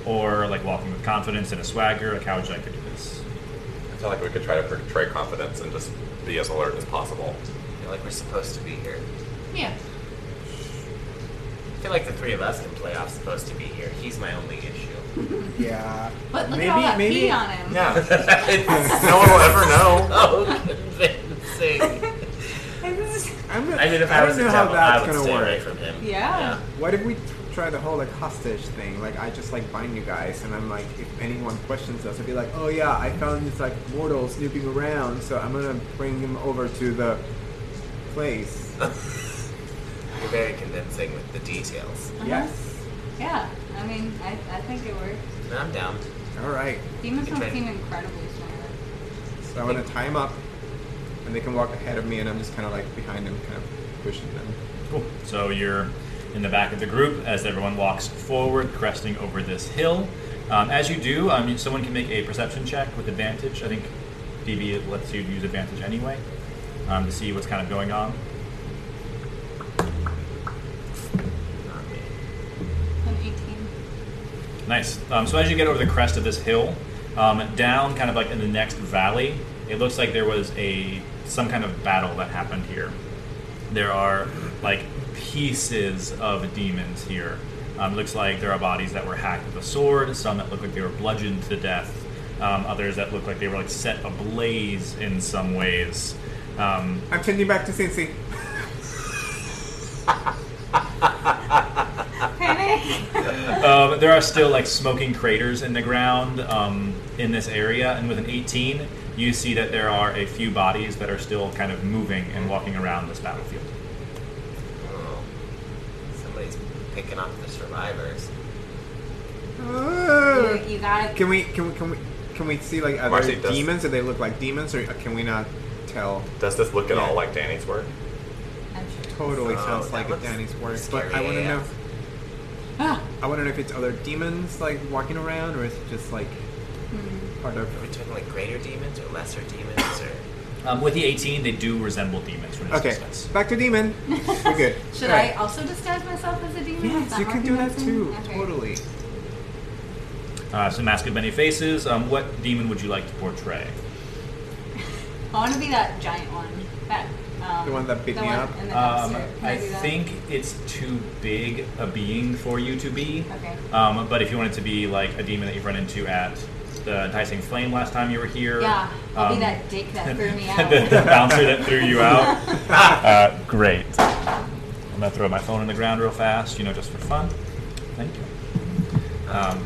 or like walking with confidence and a swagger? Like, how would you like to do this? I feel like we could try to portray confidence and just be as alert as possible. I feel like we're supposed to be here. Yeah. I feel like the three of us can play off supposed to be here. He's my only (laughs) issue. (laughs) Yeah. But look maybe, at all that maybe. pee on him. Yeah, It's no one will ever (laughs) know. so (laughs) convincing. This is- I'm gonna, I mean, if I I, don't was know the how devil, I that's would gonna stay work. away from him. Yeah. What if we try the whole like hostage thing? Like I just like bind you guys, and I'm like, if anyone questions us, I'd be like, oh yeah, I found this like mortal snooping around, so I'm gonna bring him over to the place. Uh-huh. You're very convincing with the details. yes. Yeah. I mean, I, I think it works. I'm down. All right. Demons Good don't training. seem incredibly smart. So I'm gonna tie him up, and they can walk ahead of me, and I'm just kind of like behind them, kind of pushing them. Cool. So you're in the back of the group as everyone walks forward, cresting over this hill. Um, as you do, um, someone can make a perception check with advantage. I think DB lets you use advantage anyway um, to see what's kind of going on. I'm 18. Nice. Um, so as you get over the crest of this hill, um, down kind of like in the next valley, it looks like there was a some kind of battle that happened here. There are like pieces of demons here. Um, it looks like there are bodies that were hacked with a sword, some that look like they were bludgeoned to death, um, others that look like they were like set ablaze in some ways. Um, I'm changing back to Cincy. Panic! Um, there are still like smoking craters in the ground um, in this area, and with an 18, you see that there are a few bodies that are still kind of moving and walking around this battlefield. Oh, somebody's picking off the survivors. Ah. you, you gotta. Can we can we can we can we see like other Marcy, does- demons? Do they look like demons, or can we not tell? Does this look at Yeah. all like Danny's work? I'm sure. Totally Oh, sounds that like a looks Danny's work, scary but I want to know. AF. Ah, I want to know if it's other demons like walking around, or is it just like Hmm. part of? Are we talking like greater demons or lesser demons or? Um, with the 18, they do resemble demons from this Okay, distance. back to demon. We're good. (laughs) should All I right. also disguise myself as a demon? Is Yes, that you more can do that convincing? too. Okay. Totally. Uh, so, Mask of Many Faces, um, what demon would you like to portray? I want to be that giant one. That. Um, The one that beat the me one up? In the Um, dumpster. Can I, I do that? think it's too big a being for you to be. Okay. Um, but if you wanted to be like a demon that you've run into at the enticing flame last time you were here. Yeah, I'll um, be that dick (laughs) that threw me out. the, (laughs) the bouncer that threw (laughs) you out. Uh, great. I'm gonna throw my phone in the ground real fast, you know, just for fun. Thank you. Um,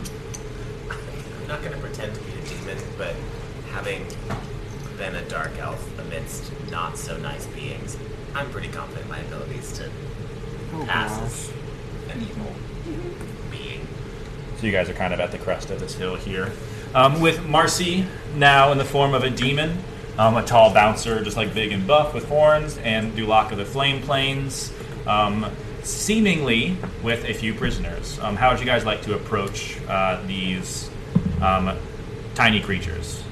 I'm not going to pretend to be a demon, but having been a dark elf amidst not so nice beings, I'm pretty confident in my abilities to Oh, pass wow. as an evil being. So you guys are kind of at the crest of this hill here. Um, with Marcy now in the form of a demon, um, a tall bouncer, just like big and buff with horns, and Dulak of the Flame Plains, um, seemingly with a few prisoners. Um, how would you guys like to approach uh, these um, tiny creatures?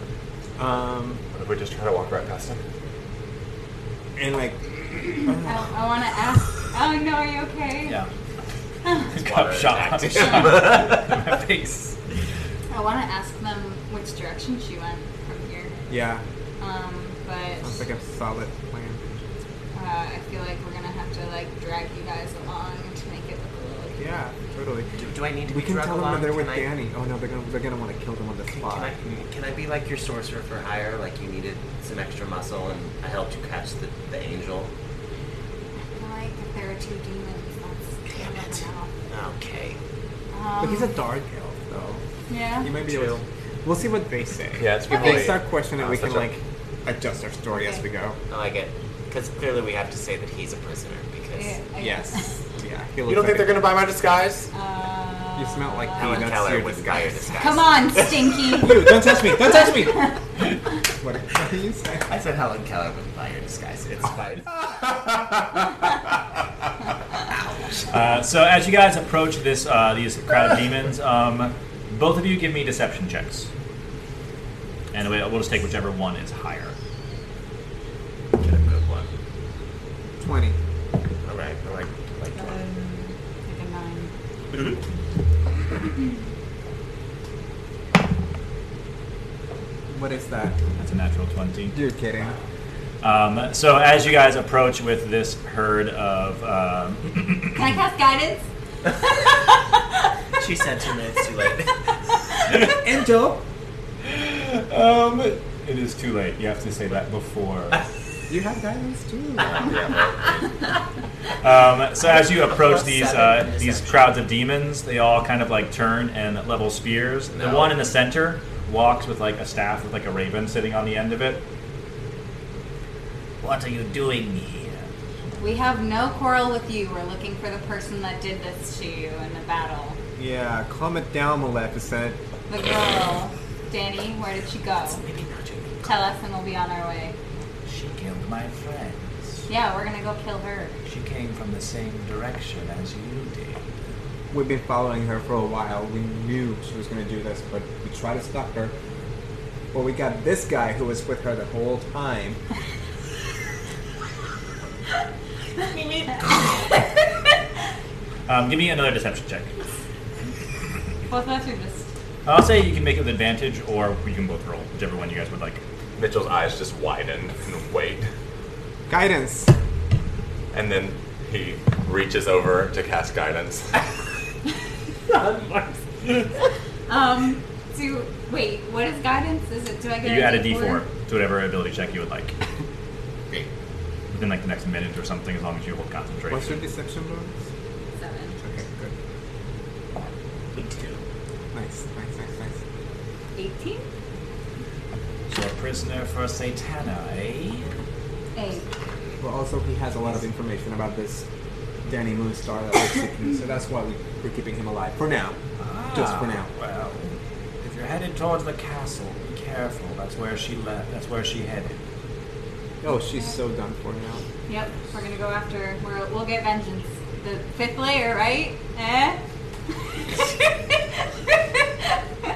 Um, What if we just try to walk right past him? and like, I, I want to ask. Oh no, are you okay? Yeah. (laughs) water shot, attacked. shot in (laughs) my face. I want to ask them which direction she went from here. yeah, Um, sounds but like a solid plan. uh, I feel like we're gonna have to like drag you guys along to make it look a little. Yeah, totally. Do, do I need to We be can drug tell them along? that they're with Can I- Danny. Oh no, they're gonna they're gonna want to kill them on the Can spot. I, can I be like your sorcerer for hire? Like you needed some extra muscle and I helped you catch the, the angel? I feel like if there are two demons, that's Damn that's it. enough. Okay. Um, but he's a dark elf, though. yeah. You might be able. We'll see what they say. Yeah, it's If they really- start questioning, uh, we such can a- like adjust our story as we go. Oh, I like it. Because clearly we have to say that he's a prisoner because Yeah, I- Yes. Yeah. he You looks don't like think they're a- gonna buy my disguise? Uh, You smell like Helen peanuts. Keller you're would disgusting. buy your disguise. Come on, (laughs) Stinky. Ew, don't touch me! Don't (laughs) touch me! what, what do you say? I said Helen Keller would buy your disguise. Oh. It's fine. Uh, so as you guys approach this, uh, these crowd of demons, um, both of you give me deception checks, and we- we'll just take whichever one is higher. Get a good one. 20. All right. I like, like Um, one. like a nine. What is that? That's a natural twenty. You're kidding. Um, so as you guys approach with this herd of, um, (clears throat) Can I cast guidance? She said two minutes (laughs) too late. Angel! um, it is too late. You have to say that (laughs) before. You have guidance too. Um, so as you approach Plus these seven uh, in these deception. crowds of demons, they all kind of like turn and level spears. The No. one in the center walks with like a staff with like a raven sitting on the end of it. What are you doing here? We have no quarrel with you. We're looking for the person that did this to you in the battle. yeah, calm it down, Maleficent. The girl, Danny, where did she go? Maybe not too late. Tell us and we'll be on our way. She killed my friends. Yeah, we're gonna go kill her. She came from the same direction as you did. We've been following her for a while. We knew she was gonna do this, but we tried to stop her. Well, we got this guy who was with her the whole time. Um, give me another deception check. Both of us are just. I'll say you can make it with advantage, or you can both roll, whichever one you guys would like. Mitchell's eyes just widen and wait, Guidance! and then he reaches over to cast guidance. (laughs) Um, do. Wait, what is guidance? Is it. Do I get You a add a D4? d4 to whatever ability check you would like. Within like the next minute or something, as long as you hold concentration. What's your deception bonus? Seven. Okay, good. Nice, nice, nice, nice. 18? You're a prisoner for Satana, eh? Eight. Well, also he has a lot of information about this Danny Moonstar that we're seeking, so that's why we, we're keeping him alive for now. Just for now. Well, if you're headed towards the castle, be careful. That's where she left. That's where she headed. Oh, she's so done for now. Yep, we're gonna go after her. We're, we'll get vengeance. The fifth layer, right? Eh? (laughs)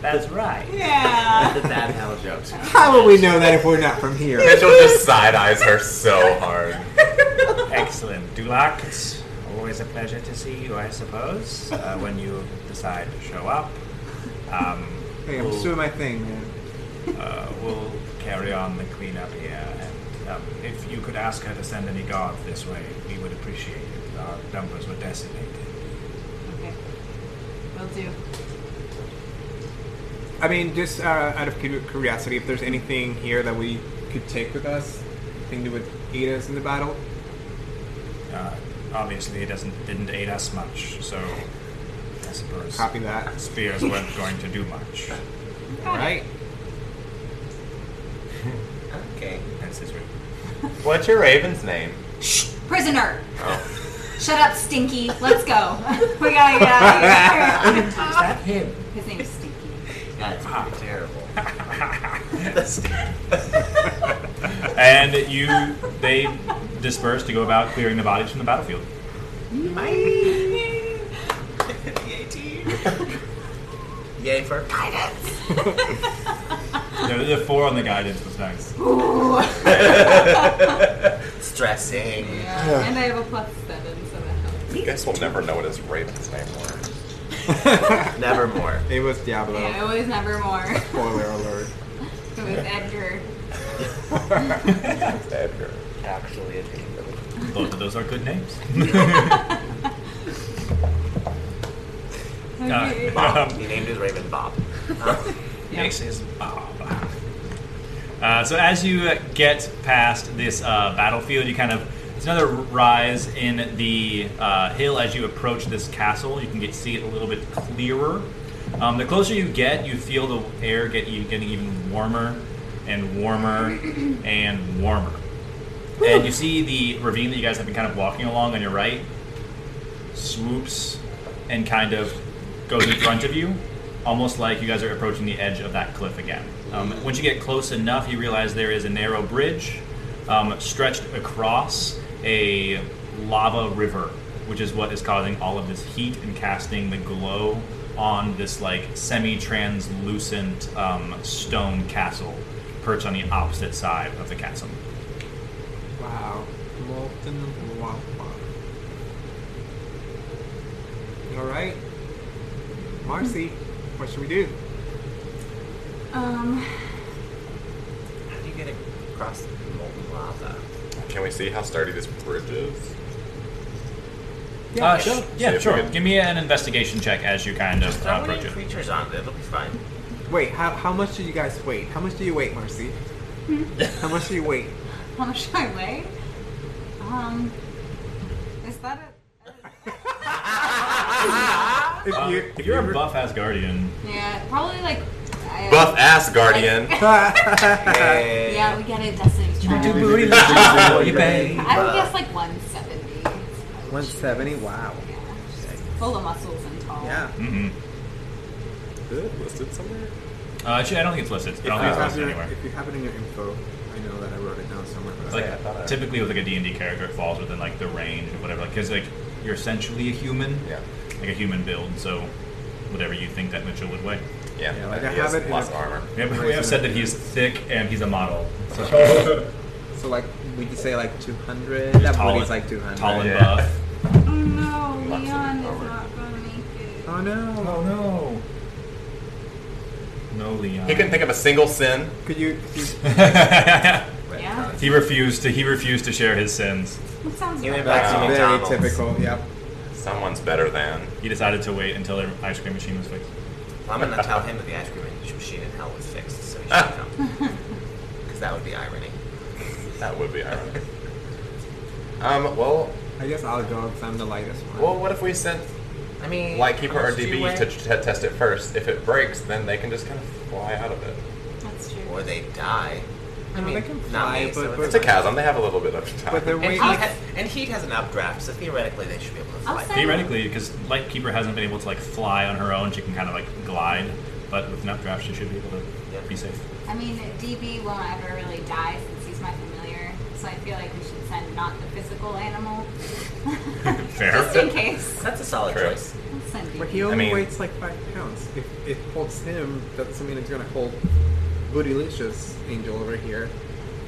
That's right. (laughs) yeah. (laughs) The bad hell jokes. How will we know that if we're not from here? Mitchell just side eyes her so hard. Excellent. Dulac, it's always a pleasure to see you, I suppose, uh, when you decide to show up. Um, Hey, I'm just doing my thing, man. uh, will carry on the cleanup here. And um, if you could ask her to send any guards this way, we would appreciate it. Our numbers were decimated. Okay. Will do. I mean, just uh, out of cu- curiosity, if there's anything here that we could take with us, anything that would aid us in the battle. Uh, obviously, it doesn't didn't aid us much, so I suppose Copy that. spears weren't going to do much. All right. Okay. That's his route. What's your raven's name? Prisoner. Oh. Shut up, Stinky. Let's go. (laughs) we gotta get out of here. Is that (laughs) him? His name's Stinky. That's pretty (laughs) terrible. and you, they disperse to go about clearing the bodies from the battlefield. (laughs) Yay for The, the four on the guidance was nice. (laughs) Ooh. stressing. Yeah. and I have a plus seven, so that helps. You guys will never know what his raven's name was. Nevermore. It was Diablo. Yeah, it was Nevermore. (laughs) It Spoiler alert. was Edgar. Edgar. Actually, it really. Both of those are good names. Uh, Okay. Um, He named his Raven (laughs) Bob. This is Bob. oh, Uh, so as you uh, get past this uh, battlefield, you kind of it's another rise in the uh, hill as you approach this castle. You can get see it a little bit clearer. Um, the closer you get, you feel the air get e- getting even warmer and warmer and warmer. And you see the ravine that you guys have been kind of walking along on your right swoops and kind of goes in front of you, almost like you guys are approaching the edge of that cliff again. Um, once you get close enough, you realize there is a narrow bridge um, stretched across a lava river, which is what is causing all of this heat and casting the glow on this like semi-translucent um, stone castle perched on the opposite side of the chasm. Wow. Molten lava. All right. Marcy, what should we do? Um, How do you get across the molten lava? Can we see how sturdy this bridge is? Yeah, uh, sure. See Yeah, if we sure. can- Give me an investigation check as you kind of Throw uh, any approach it. creatures on it. It'll be fine. Wait, how, how much do you guys weigh? How much do you weigh, Marcy? Hmm? how much do you (laughs) weigh? how much do I weigh? Um, is that a? If Uh, you, if you're a (laughs) buff Asgardian, Yeah, probably like. I- Buff ass guardian. Yeah, we get it. Destiny's Child. (laughs) I Uh, would guess like 170. 170. Wow. Yeah, she's full of muscles and tall. Yeah. mm-hmm. Is it listed somewhere? uh, actually, I don't think it's listed. I If don't you, think have it's listed your, anywhere. if you have it in your info, I know that I wrote it down somewhere. But Like I thought I- typically with like a D and D character, it falls within like the range of whatever. Because like you're essentially a human, Yeah. like a human build, so whatever you think that Mitchell would weigh. Yeah. Yeah, like he I has have it in lots a- of armor. Yeah, but we have said that he's thick and he's a model, so so like we could say like 200. He's That tall body's and- like 200. (laughs) tall and (laughs) Yeah. buff. Oh no, Lots Leon of is power. not gonna make Oh no. Oh no, no Leon. He couldn't think of a single sin. Could you? Could you it. Yeah, he refused to. He refused to share his sins. that sounds You went right. back to Wow. very McDonald's. typical. Yep. Someone's better than. He decided to wait until their ice cream machine was fixed. Well, I'm gonna tell him that the ice cream machine in hell was fixed, so he should come. (laughs) Because that would be irony. That would be (laughs) ironic. Um. Well. I guess I'll go because I'm the lightest one. Well. What if we sent I mean, Lightkeeper how or much do you DB weigh? to t- test it first? If it breaks, then they can just kind of fly out of it. That's true. or they die. I No, mean, they can not fly, me, so but- it's but- It's a chasm. They have a little bit of time. but they're And heat, waiting. ha- and heat has an updraft, so theoretically they should be able to I'll fly. say- Theoretically, because Lightkeeper hasn't been able to like fly on her own, she can kind of like glide. But with an updraft, she should be able to Yeah. be safe. I mean, DB won't ever really die since he's my familiar, so I feel like we should send not the physical animal. Fair. Just in case. That's a solid True. choice. Let's send But DB. he only I mean- weighs like five pounds. If it holds him, that doesn't mean it's gonna hold Bootylicious Angel over here.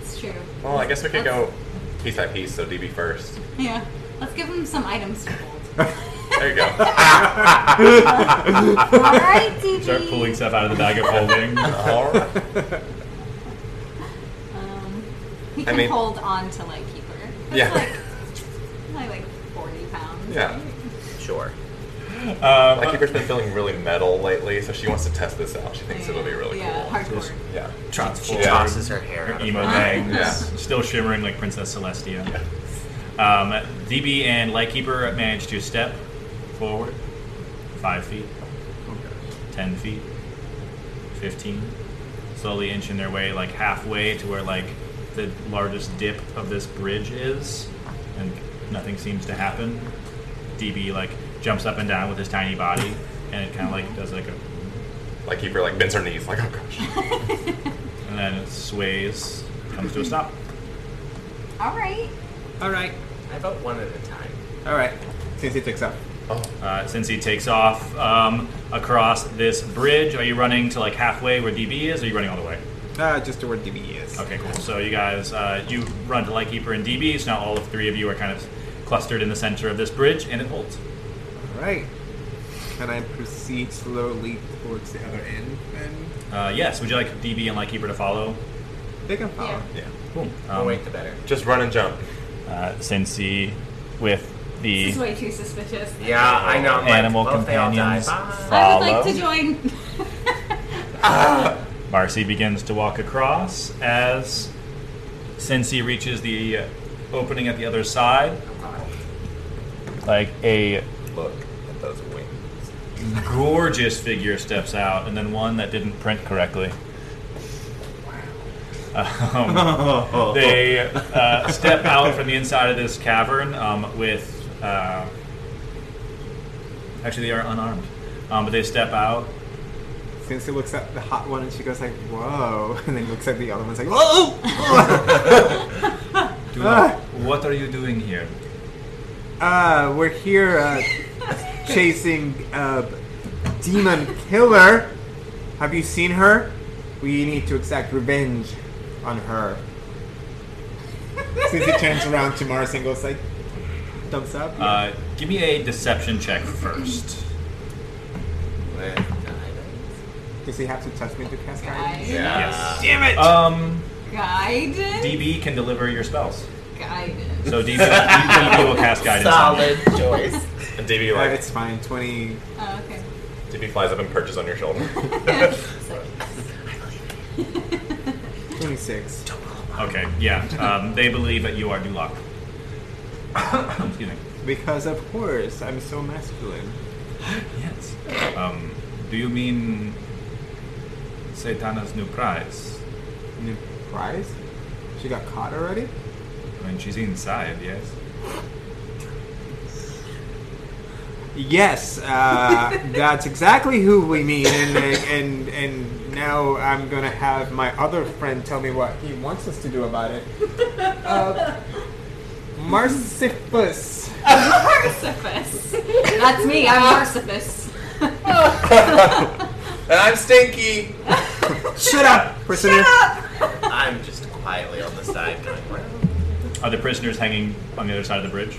It's true. Well, I guess we could go piece by piece. So DB first. Yeah. Let's give him some items to hold. There you go. Alright, DB. Start pulling stuff out of the bag of holding. Um, he I can mean- hold on to like keeper. That's Yeah. like only like forty pounds. Yeah. Sure. (laughs) Uh, My keeper's been feeling really metal lately, so she wants to test this out. She thinks it'll be really Yeah, cool. hardcore. Yeah. She Transform. tosses her hair out of emo her bang, Yeah. still shimmering like Princess Celestia. Um, DB and Lightkeeper manage to step forward five feet, ten feet, fifteen, slowly inching their way like halfway to where like the largest dip of this bridge is, and nothing seems to happen. DB like jumps up and down with his tiny body, and it kind of like does like a My keeper like bends her knees, like oh gosh. and then it sways, comes to a stop. Alright. All right. I vote one at a time. All right. Since he takes up. uh, since he takes off um, across this bridge. Are you running to like halfway where DB is? Or are you running all the way? Uh, just to where DB is. Okay, cool. So you guys, uh, you run to Lightkeeper and DB. So now all of three of you are kind of clustered in the center of this bridge, and it holds. All right. Can I proceed slowly towards the other end then? Uh, yes. Would you like DB and Lightkeeper to follow? They can follow. Yeah. Yeah. Cool. The Um, wait, the better. Just run and jump. uh, since he, with This is the way too suspicious. Yeah, I know. I'm Animal like, well, if they all die, companions. bye. I follow, would like to join (laughs) Marcy begins to walk across as since he reaches the uh, opening at the other side, like a Look at those wings. gorgeous figure steps out, and then one that didn't print correctly. (laughs) Um, they uh, step out from the inside of this cavern um, with. Uh, actually, they are unarmed, um, but they step out. Since he looks at the hot one and she goes like, whoa. (laughs) And then looks at the other one's like, whoa! Do Ah. What are you doing here? Uh, we're here uh, chasing uh, Demon Killer. Have you seen her? We need to exact revenge on her. Since he turns around to Mars and goes like, thumbs up. Uh, give me a deception check first. Does he have to touch me to cast guidance? guide. Yes. Damn it! Um, Guidance. DB can deliver your spells. Guidance. So DB, DB will cast guidance. on you. Solid choice. (laughs) And DB Uh, like it's fine. Twenty. Oh, okay. DB flies up and perches on your shoulder. (laughs) So, 26. Okay, yeah. Um, they believe that you are Duloc. (coughs) Excuse me. Because of course, I'm so masculine. Yes. Um, do you mean Satana's new prize? New prize? She got caught already? I mean, she's inside, yes? Yes, (laughs) uh, that's exactly who we mean, and and and now I'm gonna have my other friend tell me what he wants us to do about it. Uh, Marcifus. Marcifus. That's me. I'm Marcifus. and I'm stinky. (laughs) Shut up, prisoner. I'm just quietly on the side going, well, Are the prisoners hanging on the other side of the bridge?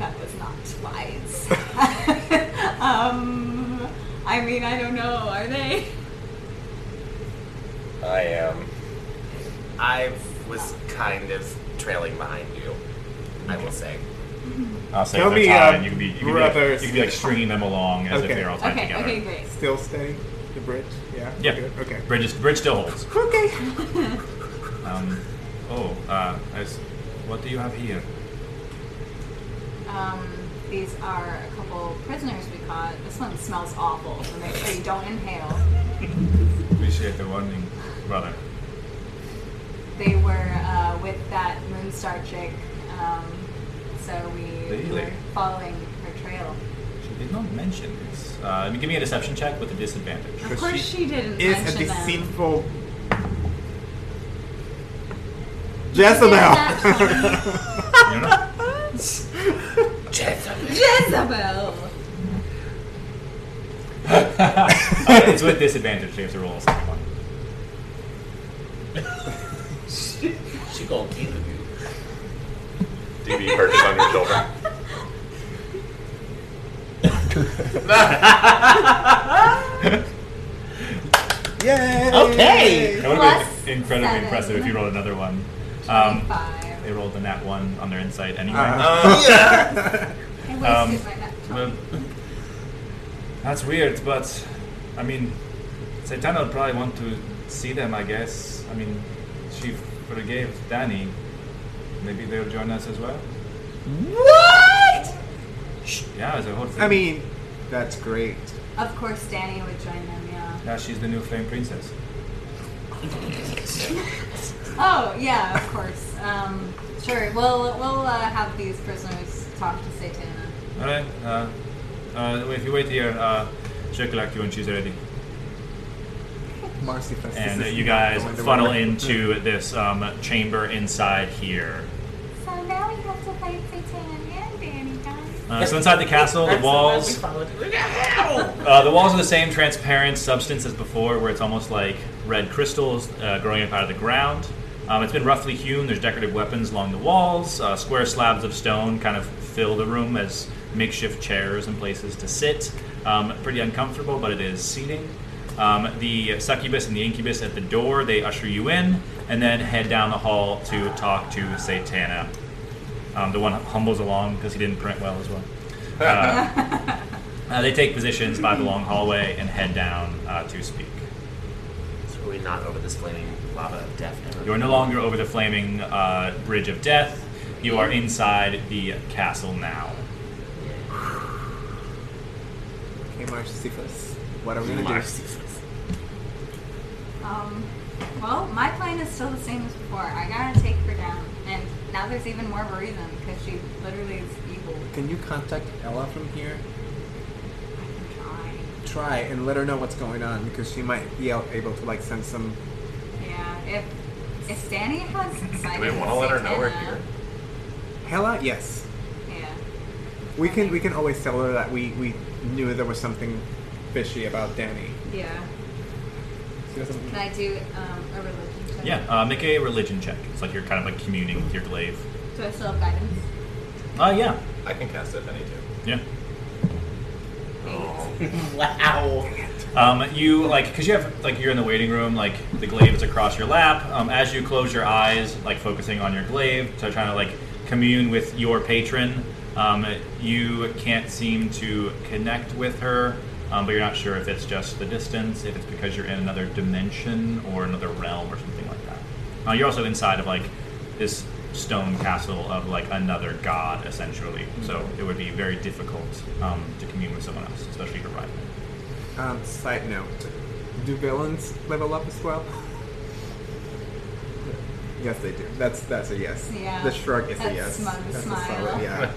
That was not wise. (laughs) um, I mean, I don't know. Are they? I am. I was kind of trailing behind you, I will say. I'll say Tell if they're me, tied, um, you can be, you can be, like, brothers. you can be like stringing them along as if Okay. they're all tied Okay. together. Okay. Great. Still staying the bridge. Yeah. we're Yeah. good, Okay. Bridge, is, bridge still holds. Okay. Um, oh, uh, I s what do you have here? Um, these are a couple prisoners we caught. This one smells awful, so make sure you don't inhale. Appreciate the warning, brother. They were uh, with that Moonstar chick, um, so we Really? were following her trail. She did not mention this. Uh, give me a deception check with (laughs) a disadvantage. Of course, she, didn't Is a mention them. deceitful Yeah, Jezebel. that's fine. You're not- (laughs) Jezebel. uh, it's with disadvantage. She has to roll a second one. She gonna kill you. DB perches on your shoulder. Yay! Oh, Okay. That would Plus have been incredibly seven. impressive if you rolled another one. Um, they rolled a nat one on their insight anyway. Uh-huh. I Um, wasted my nap. Well, time. (laughs) That's weird, but I mean, Satana would probably want to see them, I guess. I mean, she forgave Danny. Maybe they'll join us as well. What? Yeah, as a whole thing. I mean, that's great. Of course, Danny would join them. Yeah. now she's the new Flame Princess. Oh yeah, of course. Um, sure. We'll we'll uh, have these prisoners talk to Satana. All right. Uh, uh, if you wait here, uh, she'll collect you when she's ready. Marcy Fest. and this is you guys going the funnel way. into this um, chamber inside here. So now we have to fight Satana and Danny, guys. Uh, so inside the castle, the That's one we walls followed. Uh, the walls are the same transparent substance as before, where it's almost like red crystals uh, growing up out of the ground. Um, it's been roughly hewn. There's decorative weapons along the walls. Uh, square slabs of stone kind of fill the room as makeshift chairs and places to sit. Um, pretty uncomfortable, but it is seating. Um, the succubus and the incubus at the door, they usher you in and then head down the hall to talk to Satana. Um, the one humbles along because he didn't print well as well. Uh, uh, they take positions by the long hallway and head down uh, to speak. So are we not over this flaming lava of death now? You are no longer over the flaming uh, bridge of death. You are inside the castle now. Hey, Marcy Fest. What are we gonna Marcy. Um, well, my plan is still the same as before. I gotta take her down, and now there's even more of a reason because she literally is evil. do? Can you contact Ella from here? I can try. Try and let her know what's going on because she might be out- able to like send some. Yeah. If if Danny has Do decided we want to let her know we're here? Hella, yes. Yeah. We can we can always tell her that we we knew there was something fishy about Danny. Yeah. She doesn't- Can I do um, a religion check? Yeah, uh, make a religion check. It's like you're kind of like communing with your glaive. Do I still have guidance? Uh, yeah, I can cast it if I need to. yeah. Wow. Um, you like because you have like you're in the waiting room. Like the glaive is across your lap. Um, as you close your eyes, like focusing on your glaive, so trying to like commune with your patron. Um, you can't seem to connect with her, um, but you're not sure if it's just the distance, if it's because you're in another dimension or another realm or something like that. Uh, you're also inside of like this stone castle of like another god essentially. So it would be very difficult um, to commune with someone else, especially your rival. Um, side note: Do villains level up as well? Yes, they do. That's that's a yes. Yeah. The shrug is That a yes. smug that's a smile. solid yeah.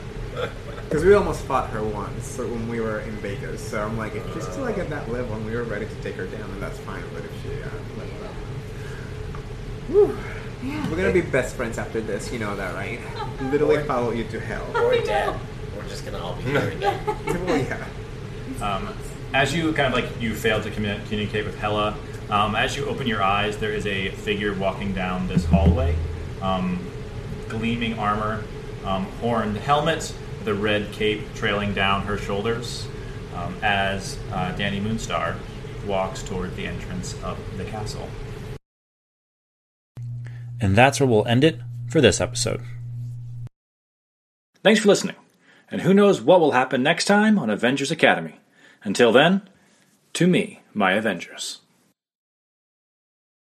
Because we almost fought her once so when we were in Vegas. So I'm like, if she's still like at that level, and we were ready to take her down, and that's fine. But if she uh, level up, Whew. Yeah. we're gonna be best friends after this. You know that, (laughs) right? Literally follow you to hell. We're I know. dead. We're just gonna all (laughs) be buried dead. (laughs) well, yeah. Um, as you kind of like you fail to commu- communicate with Hella, um, as you open your eyes, there is a figure walking down this hallway, um, gleaming armor, um, horned helmet, the red cape trailing down her shoulders, um, as uh, Danny Moonstar walks toward the entrance of the castle. And that's where we'll end it for this episode. Thanks for listening, and who knows what will happen next time on Avengers Academy. Until then, to me, my Avengers.